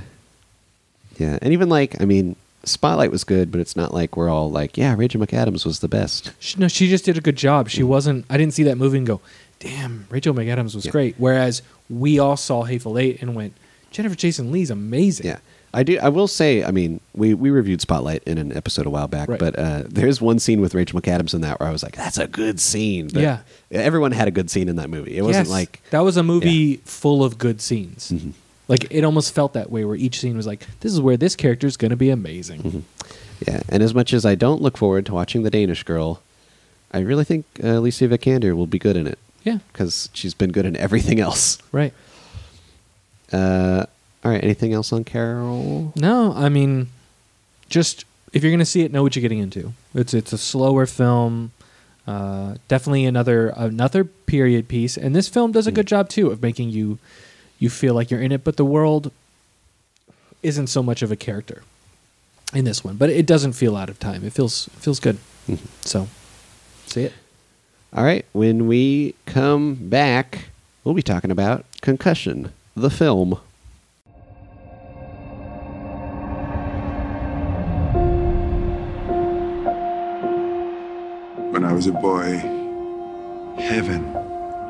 yeah, and even like I mean, Spotlight was good, but it's not like we're all like, yeah, Rachel McAdams was the best.
She, no, she just did a good job.
Mm.
She wasn't. I didn't see that movie and go, "Damn, Rachel McAdams was
Yeah.
great." Whereas we all saw Hateful Eight and went, "Jennifer Jason Lee's amazing."
Yeah. I do. I will say. I mean, we, we reviewed Spotlight in an episode a while back,
Right.
but uh, there's one scene with Rachel McAdams in that where I was like, "That's a good scene." But
Yeah.
everyone had a good scene in that movie. It wasn't
Yes.
like Mm-hmm.
that was a movie full of good scenes. Like it almost felt that way, where each scene was like, "This is where this character is going to be amazing."
Mm-hmm. Yeah, and as much as I don't look forward to watching The Danish Girl, I really think uh, Alicia Vikander will be good in it
Yeah,
because she's been good in everything else.
right.
Uh, all right, anything else on Carol?
No, I mean, just if you're going to see it, know what you're getting into. It's it's a slower film. Uh, definitely another another period piece, and this film does a good job too of making you you feel like you're in it, but the world isn't so much of a character in this one. But it doesn't feel out of time. It feels feels good. So Mm-hmm. see it.
All right, when we come back, we'll be talking about Concussion, the film.
When I was a boy, heaven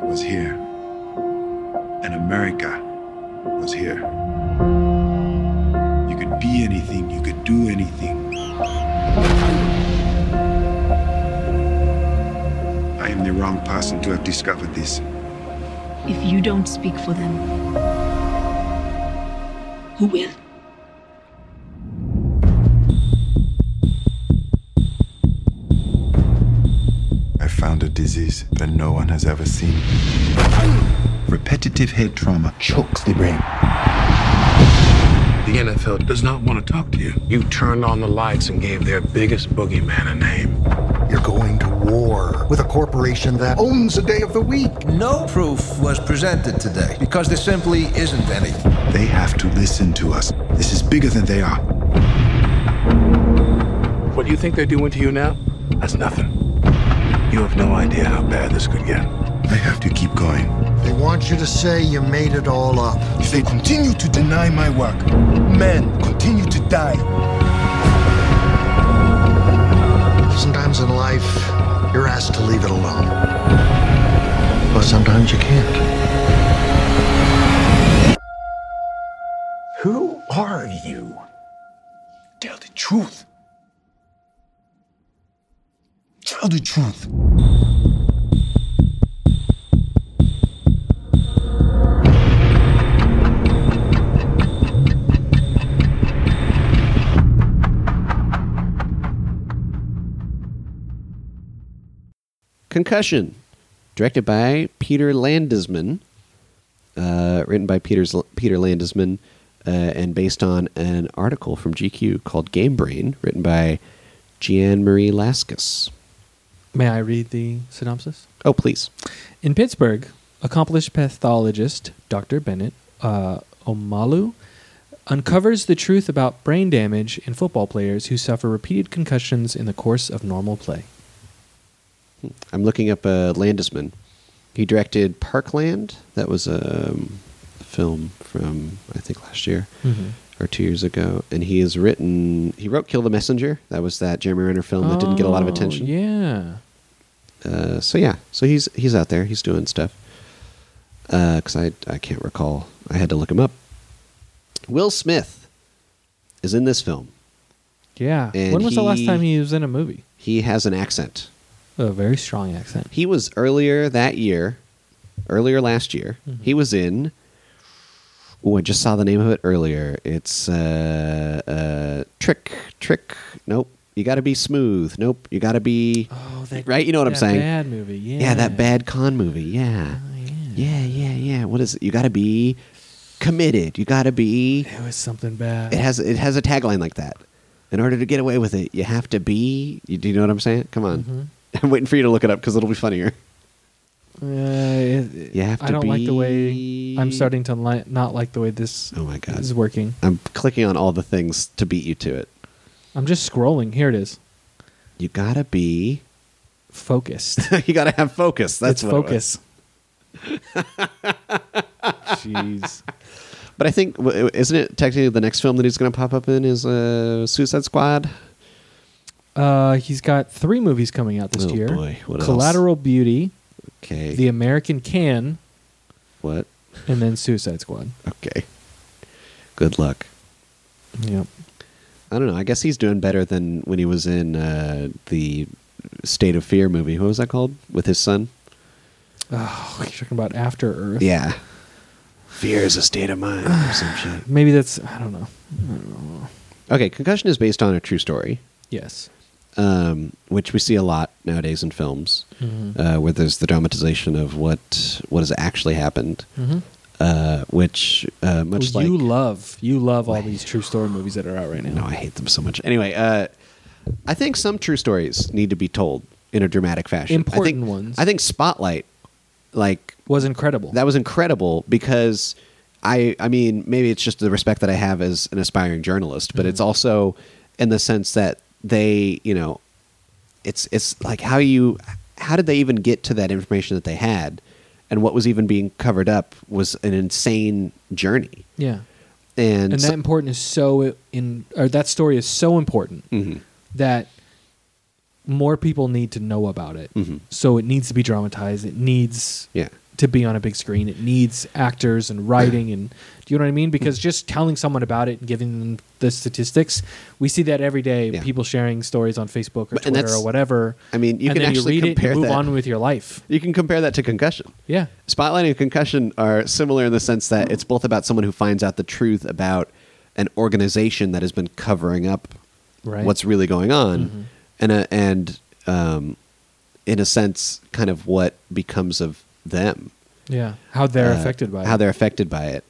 was here, and America was here. You could be anything, you could do anything. I am the wrong person to have discovered this.
If you don't speak for them, who will?
I found a disease that no one has ever seen. Repetitive head trauma chokes the brain.
The NFL does not want to talk to you. You turned on the lights and gave their biggest boogeyman a name.
You're going to war with a corporation that owns a day of the week.
No proof was presented today because there simply isn't any.
They have to listen to us. This is bigger than they are.
What you think they're doing to you now? That's nothing. You have no idea how bad this could get.
I have to keep going.
They want you to say you made it all up.
If they continue to deny my work, men continue to die.
Sometimes in life, you're asked to leave it alone. But sometimes you can't.
Who are you?
Tell the truth. Tell the truth.
Concussion, directed by Peter Landesman, uh, written by Peter's, Peter Landesman, uh, and based on an article from GQ called Game Brain, written by Gian Marie Laskus.
May I read the synopsis?
Oh, please.
In Pittsburgh, accomplished pathologist Dr. Bennett uh, Omalu uncovers the truth about brain damage in football players who suffer repeated concussions in the course of normal play.
I'm looking up uh, Landisman. He directed Parkland. That was a um, film from I think last year
Mhm.
or two years ago. And he has written. He wrote Kill the Messenger. That was that Jeremy Renner film that didn't get a lot of
Oh,
attention.
Yeah.
Uh, so yeah, so he's he's out there. He's doing stuff. Because I I can't recall. I had to look him up. Will Smith is in this film.
Yeah.
And
when was the last
he-
time he was in a movie?
He has an accent.
A very strong accent.
He was earlier that year, earlier last year. He was in. Oh, I just saw the name of it earlier. It's uh, uh, trick, trick. Nope, you got to be smooth. Nope, you got to be. Oh,
that-
right. You know what I'm
that
saying?
bad movie,
Yeah, that
yeah. Oh,
bad con movie. Yeah. yeah. Yeah, yeah, What is it? You got to be committed. You got to be.
It was something bad.
It has it has a tagline like that. In order to get away with it,
Mm-hmm.
you have to be. You, do you know what I'm saying? Come on. I'm waiting for you to look it up because it'll be funnier.
Uh, it-
You have
I
to
don't like the way
be-
I'm starting to li- not like the way this
Oh my god,
is working.
I'm clicking on all the things to beat you to it.
I'm just scrolling. Here it is.
You gotta be.
Focused.
you gotta have focus. That's
it's
what it was.
focus. Jeez.
But I think w- isn't it technically the next film that he's going to pop up in is uh, Suicide Squad?
Uh, he's got three movies coming out this
Oh,
year.
boy. What else?
Collateral Beauty,
Okay.
The American Can,
what?
and then Suicide Squad.
Okay. Good luck.
Yep.
I don't know. I guess he's doing better than when he was in uh, the State of Fear movie. What was that called? With his son.
Oh, you're talking about After Earth.
Yeah. Fear is a state of mind or some shit.
Maybe that's I don't know. I don't know.
Okay, Concussion is based on a true story.
Yes.
um, which we see a lot nowadays in films,
Mhm.
uh, where there's the dramatization of what what has actually happened,
Mhm.
uh, which uh, much
Well, you
like
love you love all these true story movies that are out right now.
no, I hate them so much. Anyway, uh, I think some true stories need to be told in a dramatic fashion. I
Important
think,
ones.
I think Spotlight, like,
was incredible.
That was incredible because I, I mean, maybe it's just the respect that I have as an aspiring journalist, but it's
Mm-hmm.
also in the sense that they, you know, it's it's like how you, how did they even get to that information that they had, and what was even being covered up was an insane journey,
Yeah.
and,
And,
so-
that important is so in or that story is so important
Mhm.
that more people need to know about it.
Mhm.
So it needs to be dramatized. It needs
Yeah.
to be on a big screen. It needs actors and writing and do you know what I mean? Because just telling someone about it and giving them the statistics, we see that every day. People sharing stories on Facebook or
and
Twitter
that's-
or whatever.
I mean, you
and
can
then
actually
you read
compare
it and move
that.
on with your life.
You can compare that to concussion.
Yeah.
Spotlight and concussion are similar in the sense that it's both about someone who finds out the truth about an organization that has been covering up
Right. Mm-hmm.
what's really going on, and a, and um, in a sense, kind of what becomes of them,
Yeah. How they're
uh,
affected by
how
it.
they're affected by it,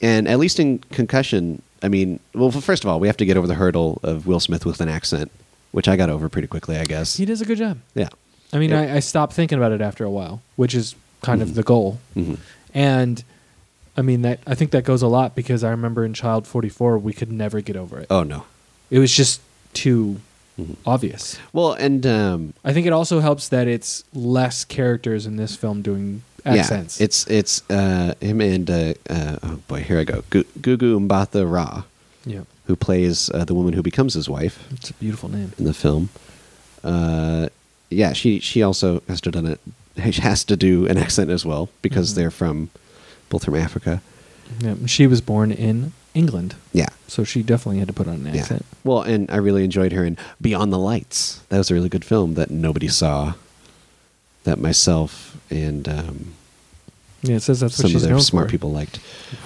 and at least in concussion, I mean, well, first of all, we have to get over the hurdle of Will Smith with an accent, which I got over pretty quickly, I guess.
He does a good job.
Yeah.
I mean,
Yeah.
I, I stopped thinking about it after a while, which is kind of the goal.
Mhm.
And I mean that I think that goes a lot because I remember in Child 44 we could never get over it.
Oh Mm-hmm. no.
It was just too obvious.
Well, and um,
I think it also helps that it's less characters in this film doing accents.
Yeah, it's it's uh, him and uh, uh, oh boy, here I go. Gu- Gugu Mbatha Ra,
Yeah.
who plays uh, the woman who becomes his wife
It's a beautiful name.
in the film. Uh, yeah, she she also has to done it. Has to do an accent as well because
Mm-hmm.
they're from both from Africa.
Yeah, she was born in England.
Yeah.
So she definitely had to put on an accent.
Well, and I really enjoyed her in Beyond the Lights. That was a really good film that nobody saw. That myself and um,
Yeah, it says that's what
some
she's
other
known
smart
for.
people liked.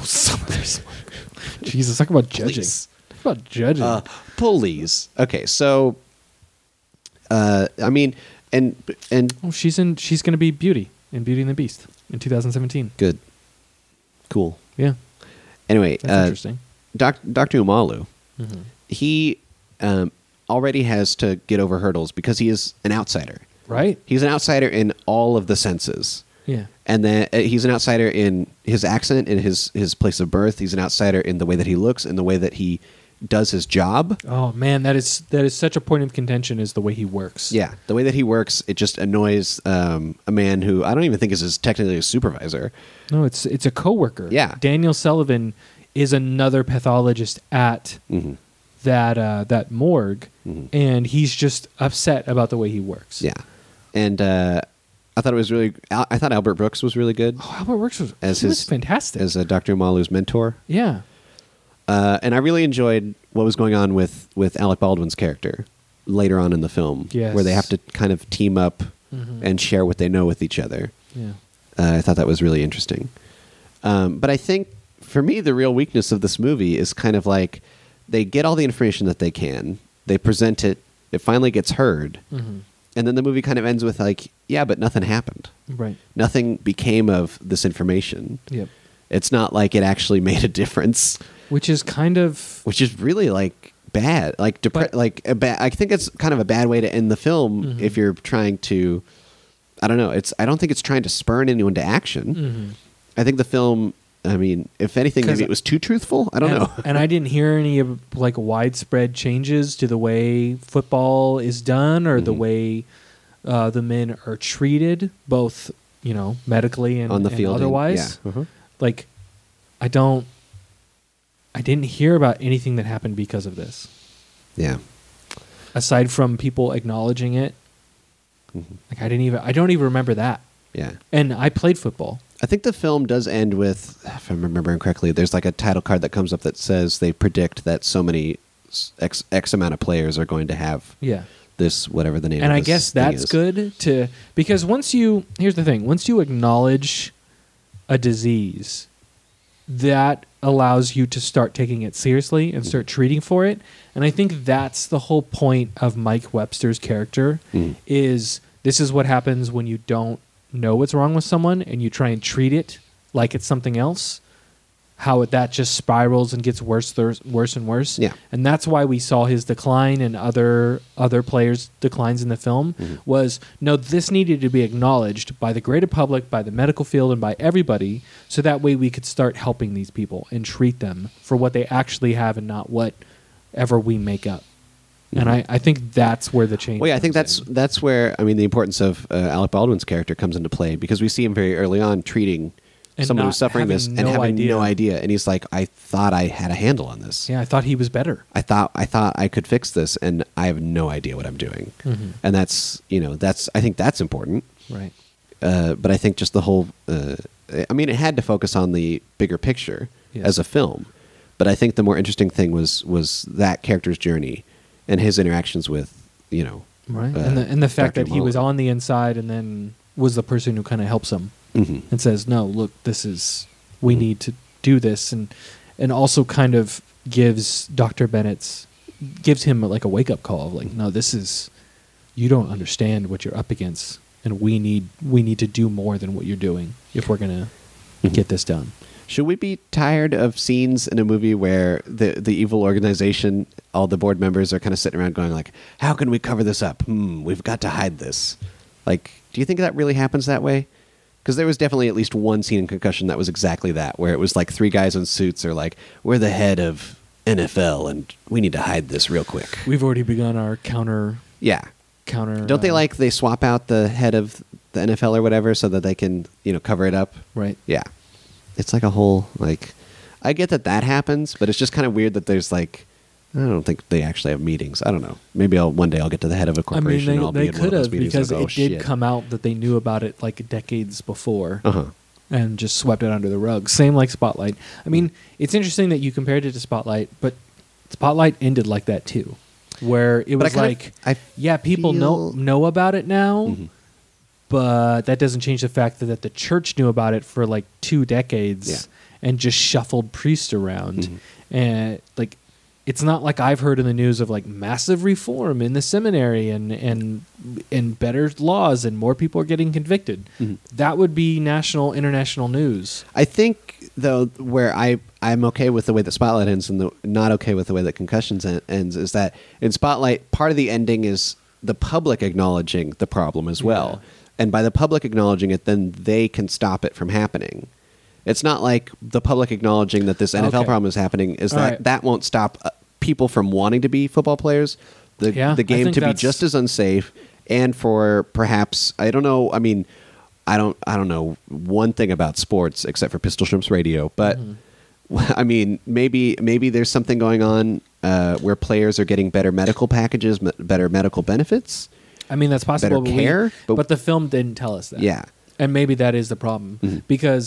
Some other smart. Jesus, talk about judging.
Please.
Talk about judging.
Uh, police. Okay, so, uh, I mean, and and
Oh, she's in. She's going to be Beauty in Beauty and the Beast in 2017.
good, cool.
Yeah,
Anyway,
that's
uh,
interesting.
Doc, Dr. Umalu,
Mhm.
he um, already has to get over hurdles because he is an outsider.
Right?
He's an outsider in all of the senses.
Yeah.
And then uh, he's an outsider in his accent, in his, his place of birth. He's an outsider in the way that he looks, in the way that he does his job.
Oh man, that is that is such a point of contention is the way he works.
Yeah, the way that he works, it just annoys um, a man who I don't even think is his, technically a supervisor.
No, it's it's a coworker.
Yeah.
Daniel Sullivan is another pathologist at
Mhm.
that uh, that morgue,
Mhm.
and he's just upset about the way he works.
Yeah, and uh, I thought it was really. Al- I thought Albert Brooks was really good
Oh, Albert Works was,
as
he
his
was fantastic.
as uh, Dr. Umalu's mentor.
yeah.
Uh, and I really enjoyed what was going on with with Alec Baldwin's character later on in the film,
Yes.
where they have to kind of team up
Mhm.
and share what they know with each other.
Yeah.
Uh, I thought that was really interesting. Um, but I think for me, the real weakness of this movie is kind of like they get all the information that they can, they present it, it finally gets heard,
Mhm.
and then the movie kind of ends with, like, yeah, but nothing happened.
Right.
Nothing became of this information.
Yep.
It's not like it actually made a difference,
Which is kind of
which is really like bad. Like, depre- like a bad. I think it's kind of a bad way to end the film
Mhm.
if you're trying to. I don't know. It's I don't think it's trying to spurn anyone to action.
Mhm.
I think the film. I mean, if anything,
'Cause-
maybe it was too truthful. I don't
and,
know.
and I didn't hear any of like widespread changes to the way football is done or
Mm-hmm.
the way uh, the men are treated, both you know medically and
On the
and
field and-
otherwise.
yeah. Mhm.
Like, I don't. I didn't hear about anything that happened because of this,
Yeah.
aside from people acknowledging it.
Mm-hmm.
Like I didn't even. I don't even remember that.
Yeah.
And I played football.
I think the film does end with, if I'm remembering correctly, there's like a title card that comes up that says they predict that so many s- x x amount of players are going to have
Yeah.
this whatever the name.
and
of
I
this
guess
thing
that's
is.
good to because once you here's the thing once you acknowledge a disease that allows you to start taking it seriously and
Mm.
start treating for it and I think that's the whole point of Mike Webster's character
Mm.
is this is what happens when you don't know what's wrong with someone and you try and treat it like it's something else how it, that just spirals and gets worse thir- worse and worse
Yeah.
and that's why we saw his decline and other other players declines in the film
Mm-hmm.
was no this needed to be acknowledged by the greater public by the medical field and by everybody so that way we could start helping these people and treat them for what they actually have and not whatever we make up and I, I think that's where the change
Mm-hmm. Well, yeah, I think that's that's where I mean the importance of uh, Alec Baldwin's character comes into play because we see him very early on treating
And
someone
not
who's suffering
having
this and
no
having
idea.
no idea, and he's like, "I thought I had a handle on this.
yeah I thought he was better
I thought I thought I could fix this, and I have no idea what I'm doing."
Mhm.
And that's you know that's I think that's important.
right
Uh, but I think just the whole, uh, I mean, it had to focus on the bigger picture
Yes.
as a film. But I think the more interesting thing was was that character's journey and his interactions with you know
right
uh,
and the and the fact
Dr.
that he was
Mullen.
on the inside and then was the person who kind of helps him
Mhm.
and says no look this is we
Mm-hmm.
need to do this and and also kind of gives Dr. Bennett's gives him like a wake up call of
Mm-hmm.
like no this is you don't understand what you're up against and we need we need to do more than what you're doing if we're going to
Mm-hmm.
get this done
Should we be tired of scenes in a movie where the the evil organization, all the board members are kind of sitting around going like, "How can we cover this up? Hmm, we've got to hide this." Like, do you think that really happens that way? Because there was definitely at least one scene in Concussion that was exactly that, where it was like three guys in suits are like, "We're the head of NFL, and we need to hide this real quick."
we've already begun our counter
Yeah.
counter
Don't they
uh,
like they swap out the head of the NFL or whatever so that they can you know cover it up?
right
Yeah. It's like a whole like I get that that happens, but it's just kind of weird that there's like I don't think they actually have meetings. I don't know. Maybe I'll one day I'll get to the head of a
I mean,
corporation.
they,
and I'll
they
be in
could
one
have
of those meetings and
because
go,
it did
"Oh, shit."
come out that they knew about it like decades before
Uh-huh.
and just swept it under the rug. Same like Spotlight. I mean, it's interesting that you compared it to Spotlight, but Spotlight ended like that too, where it
But I Mm-hmm.
was
kind of-
like, yeah, people know know about it now, but that doesn't change the fact that, that the church knew about it for like two decades and just shuffled priests around,
Mm-hmm.
and like. It's not like I've heard in the news of like massive reform in the seminary and and and better laws and more people are getting convicted.
Mm-hmm.
That would be national international news.
I think though where I I'm okay with the way that Spotlight ends and the not okay with the way that Concussions en- ends is that in Spotlight part of the ending is the public acknowledging the problem as well. And by the public acknowledging it then they can stop it from happening. It's not like the public acknowledging that this NFL
Okay.
problem is happening is
All
that
right.
that won't stop uh, people from wanting to be football players. The
Yeah,
the
I
game
think
to be
that's-
just as unsafe and for perhaps I don't know, I mean I don't I don't know one thing about sports except for Pistol Shrimps Radio, but
Mm-hmm.
I mean maybe maybe there's something going on uh, where players are getting better medical packages, m- better medical benefits.
I mean, that's possible.
Better
but we-
care,
but, the film didn't tell us that.
Yeah.
and maybe that is the problem because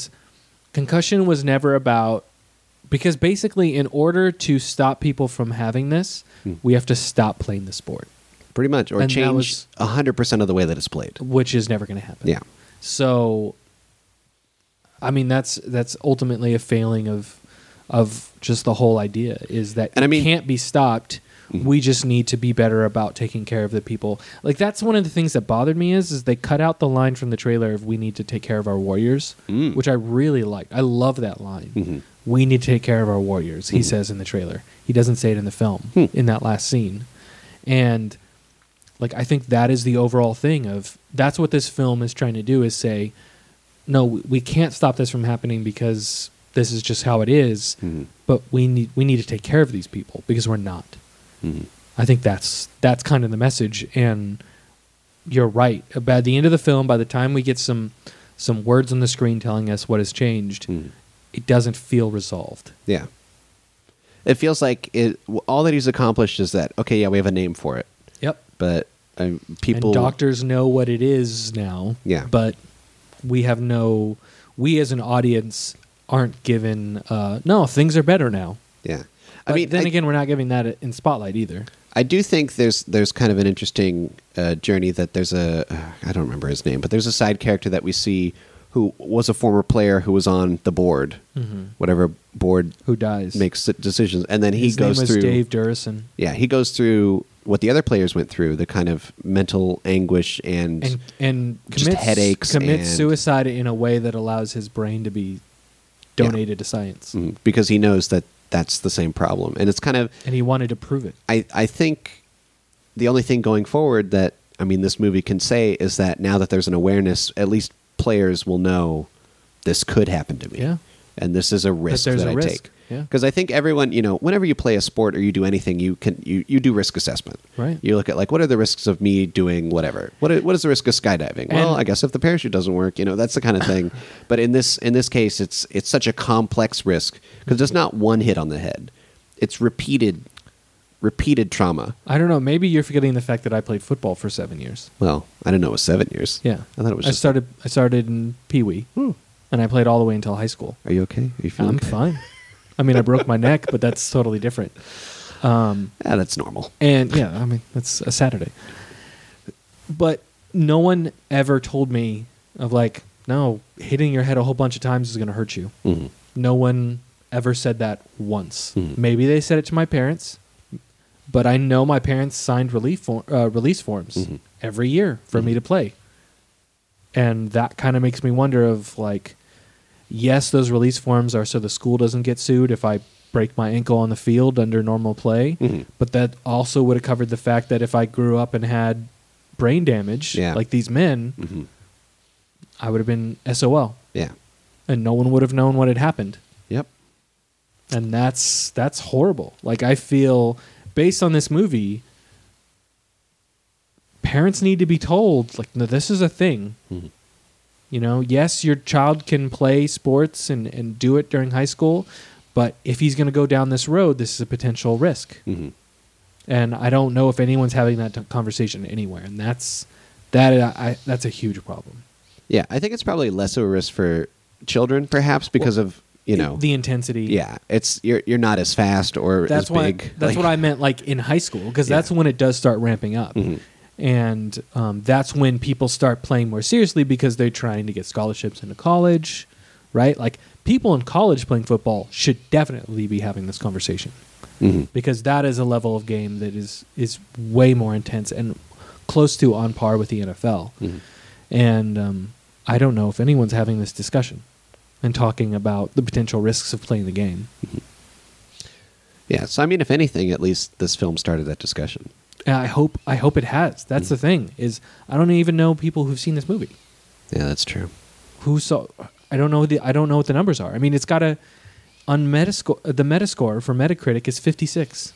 concussion was never about because basically, in order to stop people from having this, we have to stop playing the sport,
Pretty much or
And that
change
was-
a 100% of the way that it's played.
which is never going to happen.
Yeah.
So, I mean, that's that's ultimately a failing of of just the whole idea is that
And I
it
mean- Mm-hmm.
can't be stopped. We just need to be better about taking care of the people. Like that's one of the things that bothered me is is they cut out the line from the trailer of "We need to take care of our warriors,"
Mm.
which I really liked. I love that line.
Mm-hmm.
We need to take care of our warriors. He
Hmm.
says in the trailer. He doesn't say it in the film in that last scene, and Like I think that is the overall thing of that's what this film is trying to do is say, no, we can't stop this from happening because this is just how it is,
Mhm.
But we need we need to take care of these people because we're not. I think that's that's kind of the message. And you're right. By the end of the film, by the time we get some some words on the screen telling us what has changed, it doesn't feel resolved.
Yeah. It feels like it. all that he's accomplished is that. Okay, yeah, we have a name for it.
Yep.
But um, people.
and doctors know what it is now.
Yeah.
But we have no. We as an audience aren't given. Uh, no, things are better now.
Yeah.
I mean, then again, we're not giving that in spotlight either.
I do think there's there's kind of an interesting uh, journey that there's a uh, I don't remember his name, but there's a side character that we see who was a former player who was on the board,
Mhm.
whatever board
who dies
makes decisions, and then he
His
goes
name was
through
Dave Durison.
Yeah, he goes through what the other players went through, the kind of mental anguish and
and and
just
commits,
headaches
commits
and-
suicide in a way that allows his brain to be
Yeah.
donated to science,
Mm, because he knows that that's the same problem, and it's kind of
and he wanted to prove it.
I, I think the only thing going forward that I mean this movie can say is that now that there's an awareness, at least players will know this could happen to me.
Yeah.
And this is a risk that,
there's
I
a risk.
take.
Yeah.
Because I think everyone, you know, whenever you play a sport or you do anything, you can you, you do risk assessment.
Right.
You look at like what are the risks of me doing whatever? What i- what is the risk of skydiving? well,
And-
I guess if the parachute doesn't work, you know, that's the kind of thing. but in this in this case, it's it's such a complex risk because it's not one hit on the head. It's repeated repeated trauma.
I don't know. Maybe you're forgetting the fact that I played football for seven years.
Well, I didn't know it was seven years.
Yeah,
I thought it was
I
just.
started. I started in Pee Wee, and I played all the way until high school.
Are you okay? Are you feeling
I'm
okay?
fine. I mean, I broke my neck, but that's totally different. Um,
Yeah, that's normal.
And yeah, I mean, that's a Saturday. But no one ever told me of like, no, hitting your head a whole bunch of times is going to hurt you.
Mhm.
No one ever said that once. Maybe they said it to my parents, but I know my parents signed relief for, uh, release forms every year for me to play. And that kind of makes me wonder of like, yes, those release forms are so the school doesn't get sued if I break my ankle on the field under normal play, but that also would have covered the fact that if I grew up and had brain damage,
Yeah.
like these men, I would have been SOL.
Yeah.
And no one would have known what had happened.
Yep.
And that's that's horrible. Like I feel based on this movie parents need to be told like no this is a thing.
Mm-hmm.
You know, yes, your child can play sports and, and do it during high school, but if he's going to go down this road, this is a potential risk.
Mm-hmm.
And I don't know if anyone's having that t- conversation anywhere, and that's that I, I- that's a huge problem.
Yeah, I think it's probably less of a risk for children, perhaps because of you know
the intensity.
Yeah, it's you're you're not as fast or
that's
as
why
big.
that's what I meant like in high school because that's when it does start ramping up. And um, that's when people start playing more seriously because they're trying to get scholarships into college, right? Like people in college playing football should definitely be having this conversation
Mhm.
because that is a level of game that is is way more intense and close to on par with the NFL. And um, I don't know if anyone's having this discussion and talking about the potential risks of playing the game.
Yeah, so I mean, if anything, at least this film started that discussion.
And uh, I hope I hope it has. That's the thing is I don't even know people who've seen this movie.
Yeah, that's true.
Who saw? I don't know the I don't know what the numbers are. I mean, it's got a on Metascore the Metascore for Metacritic is fifty six.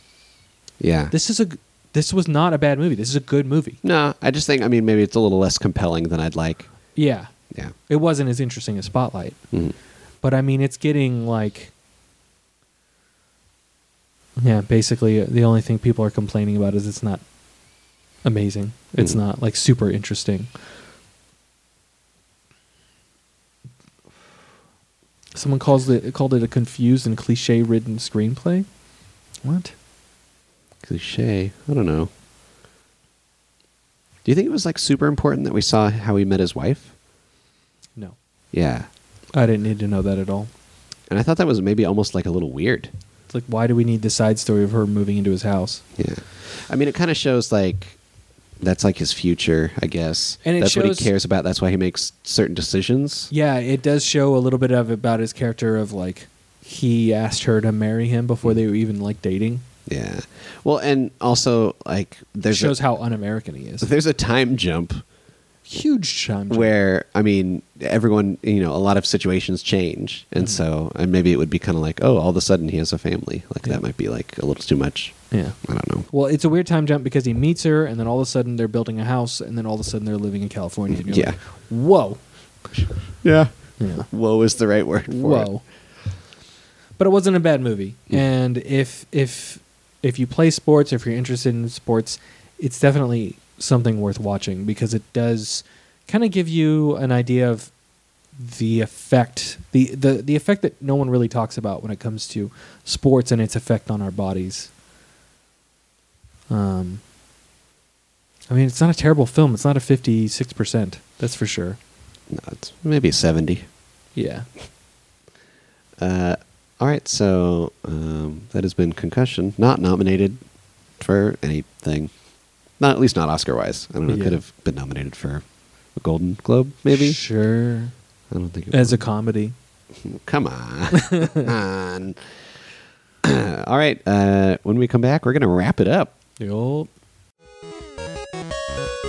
Yeah.
This is a g- this was not a bad movie. This is a good movie.
no, I just think I mean maybe it's a little less compelling than I'd like.
Yeah,
Yeah.
it wasn't as interesting as Spotlight,
Mhm.
but I mean, it's getting like yeah. Basically, uh, the only thing people are complaining about is it's not amazing. It's
Mhm.
not like super interesting. Someone calls it called it a confused and cliche ridden screenplay. What?
Cliche. I don't know. Do you think it was like super important that we saw how he met his wife?
No.
Yeah.
I didn't need to know that at all.
And I thought that was maybe almost like a little weird.
It's like why do we need the side story of her moving into his house?
Yeah. I mean, it kind of shows like that's like his future, I guess.
And it
that's what
shows-
he cares about. That's why he makes certain decisions.
Yeah, it does show a little bit of about his character of like he asked her to marry him before they were even like dating.
Yeah. Well, and also like there's
shows
a,
how un-American he is.
There's a time jump.
Huge time jump.
Where I mean, everyone, you know, a lot of situations change, and
Mhm.
so and maybe it would be kind of like, oh, all of a sudden he has a family. Like that might be like a little too much.
Yeah.
I don't know.
Well, it's a weird time jump because he meets her, and then all of a sudden they're building a house, and then all of a sudden they're living in California. And you're
Yeah.
like, whoa,
Yeah. Whoa is the right word. For It.
whoa. But it wasn't a bad movie, and if if if you play sports, if you're interested in sports, it's definitely something worth watching because it does kind of give you an idea of the effect the, the the effect that no one really talks about when it comes to sports and its effect on our bodies. Um, I mean, it's not a terrible film. It's not a fifty-six percent. That's for sure.
No, it's maybe seventy.
Yeah.
Uh, all right, so um, that has been Concussion, not nominated for anything, not at least not Oscar wise. I don't know. it
Yeah.
Could have been nominated for a Golden Globe, maybe.
Sure.
I don't think it
As a comedy.
Come on. Come on. all right. Uh, when we come back, we're gonna wrap it up.
The old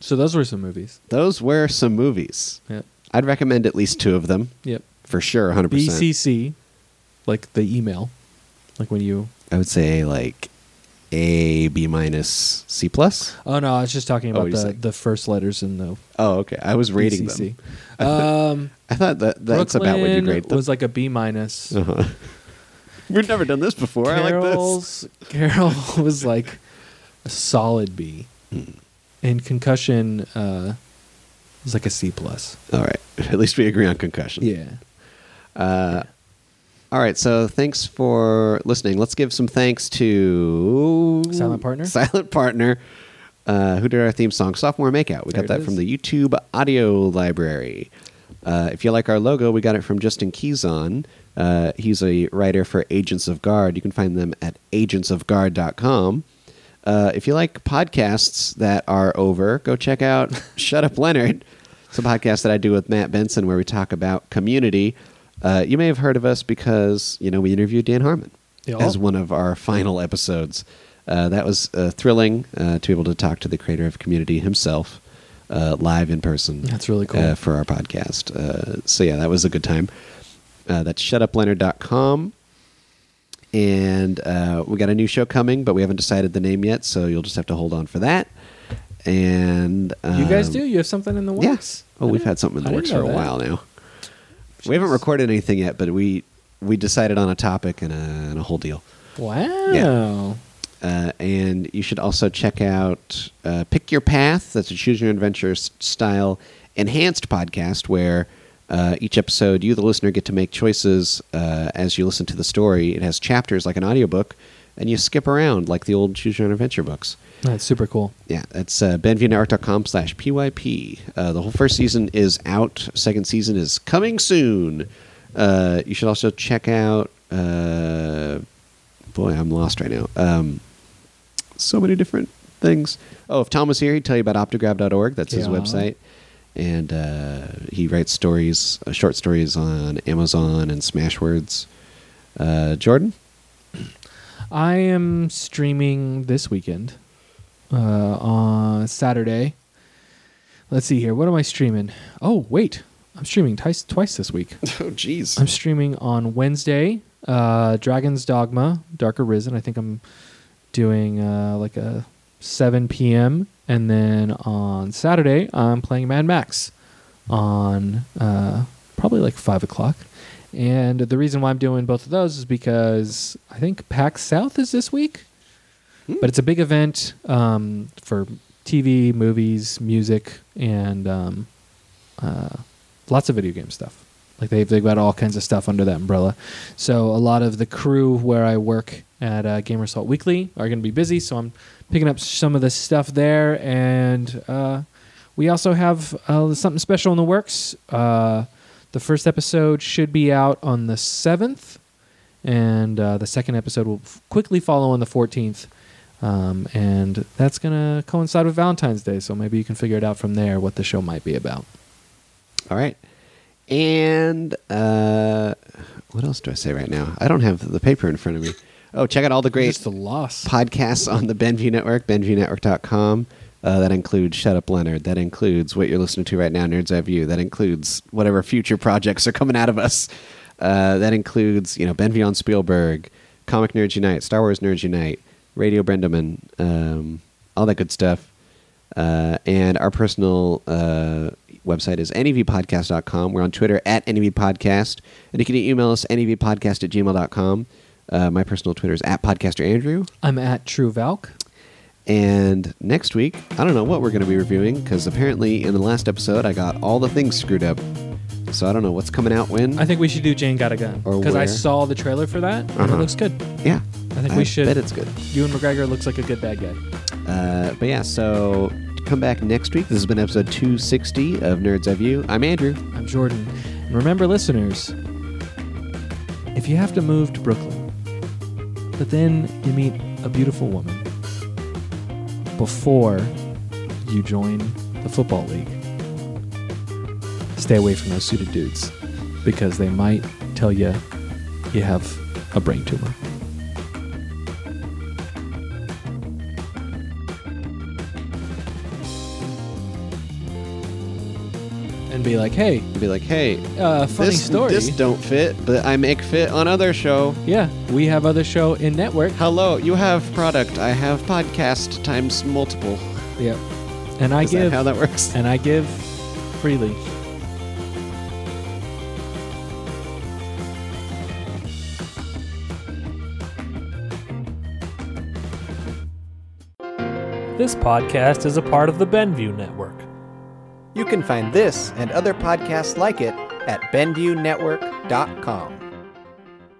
So those were some movies.
Those were some movies.
Yep.
I'd recommend at least two of them.
Yep.
For sure, hundred percent.
BCC, like the email, like when you.
I would say like A, B minus, C plus.
Oh no, I was just talking
Oh,
about
you're
the,
saying-
the first letters in the.
Oh, okay. I was rating
BCC.
them.
Um,
I thought that that's about when you
Brooklyn
grade them.
Was like a B minus.
Uh-huh. We've never done this before.
Carol's Carol was like a solid B,
Hmm.
and concussion uh, was like a C plus.
I like this. All right. At least we agree on concussion.
Yeah.
Uh, all right. So thanks for listening. Let's give some thanks to
Silent Partner?
Silent Partner. Uh, who did our theme song sophomore makeout we
There
got
it
that
is.
from the youtube audio library uh, if you like our logo we got it from justin Keyson. uh, he's a writer for agents of guard you can find them at agentsofguard.com Uh, if you like podcasts that are over, go check out Shut Up Leonard. It's a podcast that I do with Matt Benson where we talk about community. Uh, you may have heard of us because, you know, we interviewed Dan Harmon
Yeah.
as one of our final episodes. Uh, that was uh, thrilling uh, to be able to talk to the creator of Community himself uh, live in person.
That's really cool.
Uh, for our podcast. Uh, so, yeah, that was a good time. Uh, that's shutupleonard.com and uh, we got a new show coming, but we haven't decided the name yet, so you'll just have to hold on for that. And
you guys
um,
do? You have something in the works?
Yes. Oh,
I
we've
didn't-
had something in
I
the
didn't
works for a
know that.
while now. We haven't recorded anything yet, but we we decided on a topic and a, and a whole deal.
Wow.
Uh, and you should also check out uh, Pick Your Path. That's a choose your adventure s- style enhanced podcast where uh, each episode you, the listener, get to make choices uh, as you listen to the story. It has chapters like an audiobook, and you skip around like the old choose your own adventure books.
That's super cool.
Yeah, that's uh, benvnetwork.com slash PYP. Uh, the whole first season is out. Second season is coming soon. Uh, you should also check out, uh, boy, I'm lost right now. Um, so many different things. Oh, if Tom was here, he'd tell you about optograph.org. That's his
Yeah.
website. And uh, he writes stories, uh, short stories on Amazon and Smashwords. Uh, Jordan?
I am streaming this weekend uh, on Saturday. Let's see here. What am I streaming? Oh, wait. I'm streaming twice, twice this week.
Oh, jeez.
I'm streaming on Wednesday, uh, Dragon's Dogma, Darker Risen. I think I'm doing uh, like a 7 p.m. And then on Saturday, I'm playing Mad Max on uh, probably like 5 o'clock. And the reason why I'm doing both of those is because I think PAX South is this week, but it's a big event um, for TV, movies, music, and um, uh, lots of video game stuff. Like they've, they've got all kinds of stuff under that umbrella. So a lot of the crew where I work at uh, Gamer Assault Weekly are going to be busy. So I'm picking up some of the stuff there. And uh, we also have uh, something special in the works. Uh, the first episode should be out on the 7th. And uh, the second episode will f- quickly follow on the 14th. Um, and that's going to coincide with Valentine's Day. So maybe you can figure it out from there what the show might be about.
All right. And uh, what else do I say right now? I don't have the paper in front of me. Oh, check out all the great podcasts on the Benview Network, benviewnetwork.com. Uh, that includes Shut Up Leonard. That includes what you're listening to right now, Nerds Eye View. That includes whatever future projects are coming out of us. Uh, that includes, you know, Benview on Spielberg, Comic Nerds Unite, Star Wars Nerds Unite, Radio Brendaman, um, all that good stuff. Uh, and our personal uh, website is nevpodcast.com. We're on Twitter at nevpodcast. And you can email us nevpodcast at gmail.com. Uh, my personal Twitter is at podcaster Andrew.
I'm at True Valk.
And next week, I don't know what we're going to be reviewing because apparently in the last episode, I got all the things screwed up. So I don't know what's coming out when.
I think we should do Jane Got a Gun
Or
because I
where.
saw the trailer for that and it
Uh-huh.
looks good.
Yeah.
I think we should.
bet it's good.
Ewan McGregor looks like a good bad guy.
Uh, but yeah, so come back next week. This has been episode 260 of Nerds Eye View. I'm Andrew.
I'm Jordan. And remember, listeners, if you have to move to Brooklyn, but then you meet a beautiful woman before you join the Football League, stay away from those suited dudes because they might tell you you have a brain tumor. And be like, hey,
Be like, hey,
Uh, funny
this,
story.
This don't fit, but I make fit on other show.
Yeah, we have other show in network.
Hello, you have product. I have podcast times multiple.
Yep. And I
Is that
give
how that works?
And I give freely.
This podcast is a part of the Benview Network.
You can find this and other podcasts like it at BenviewNetwork.com.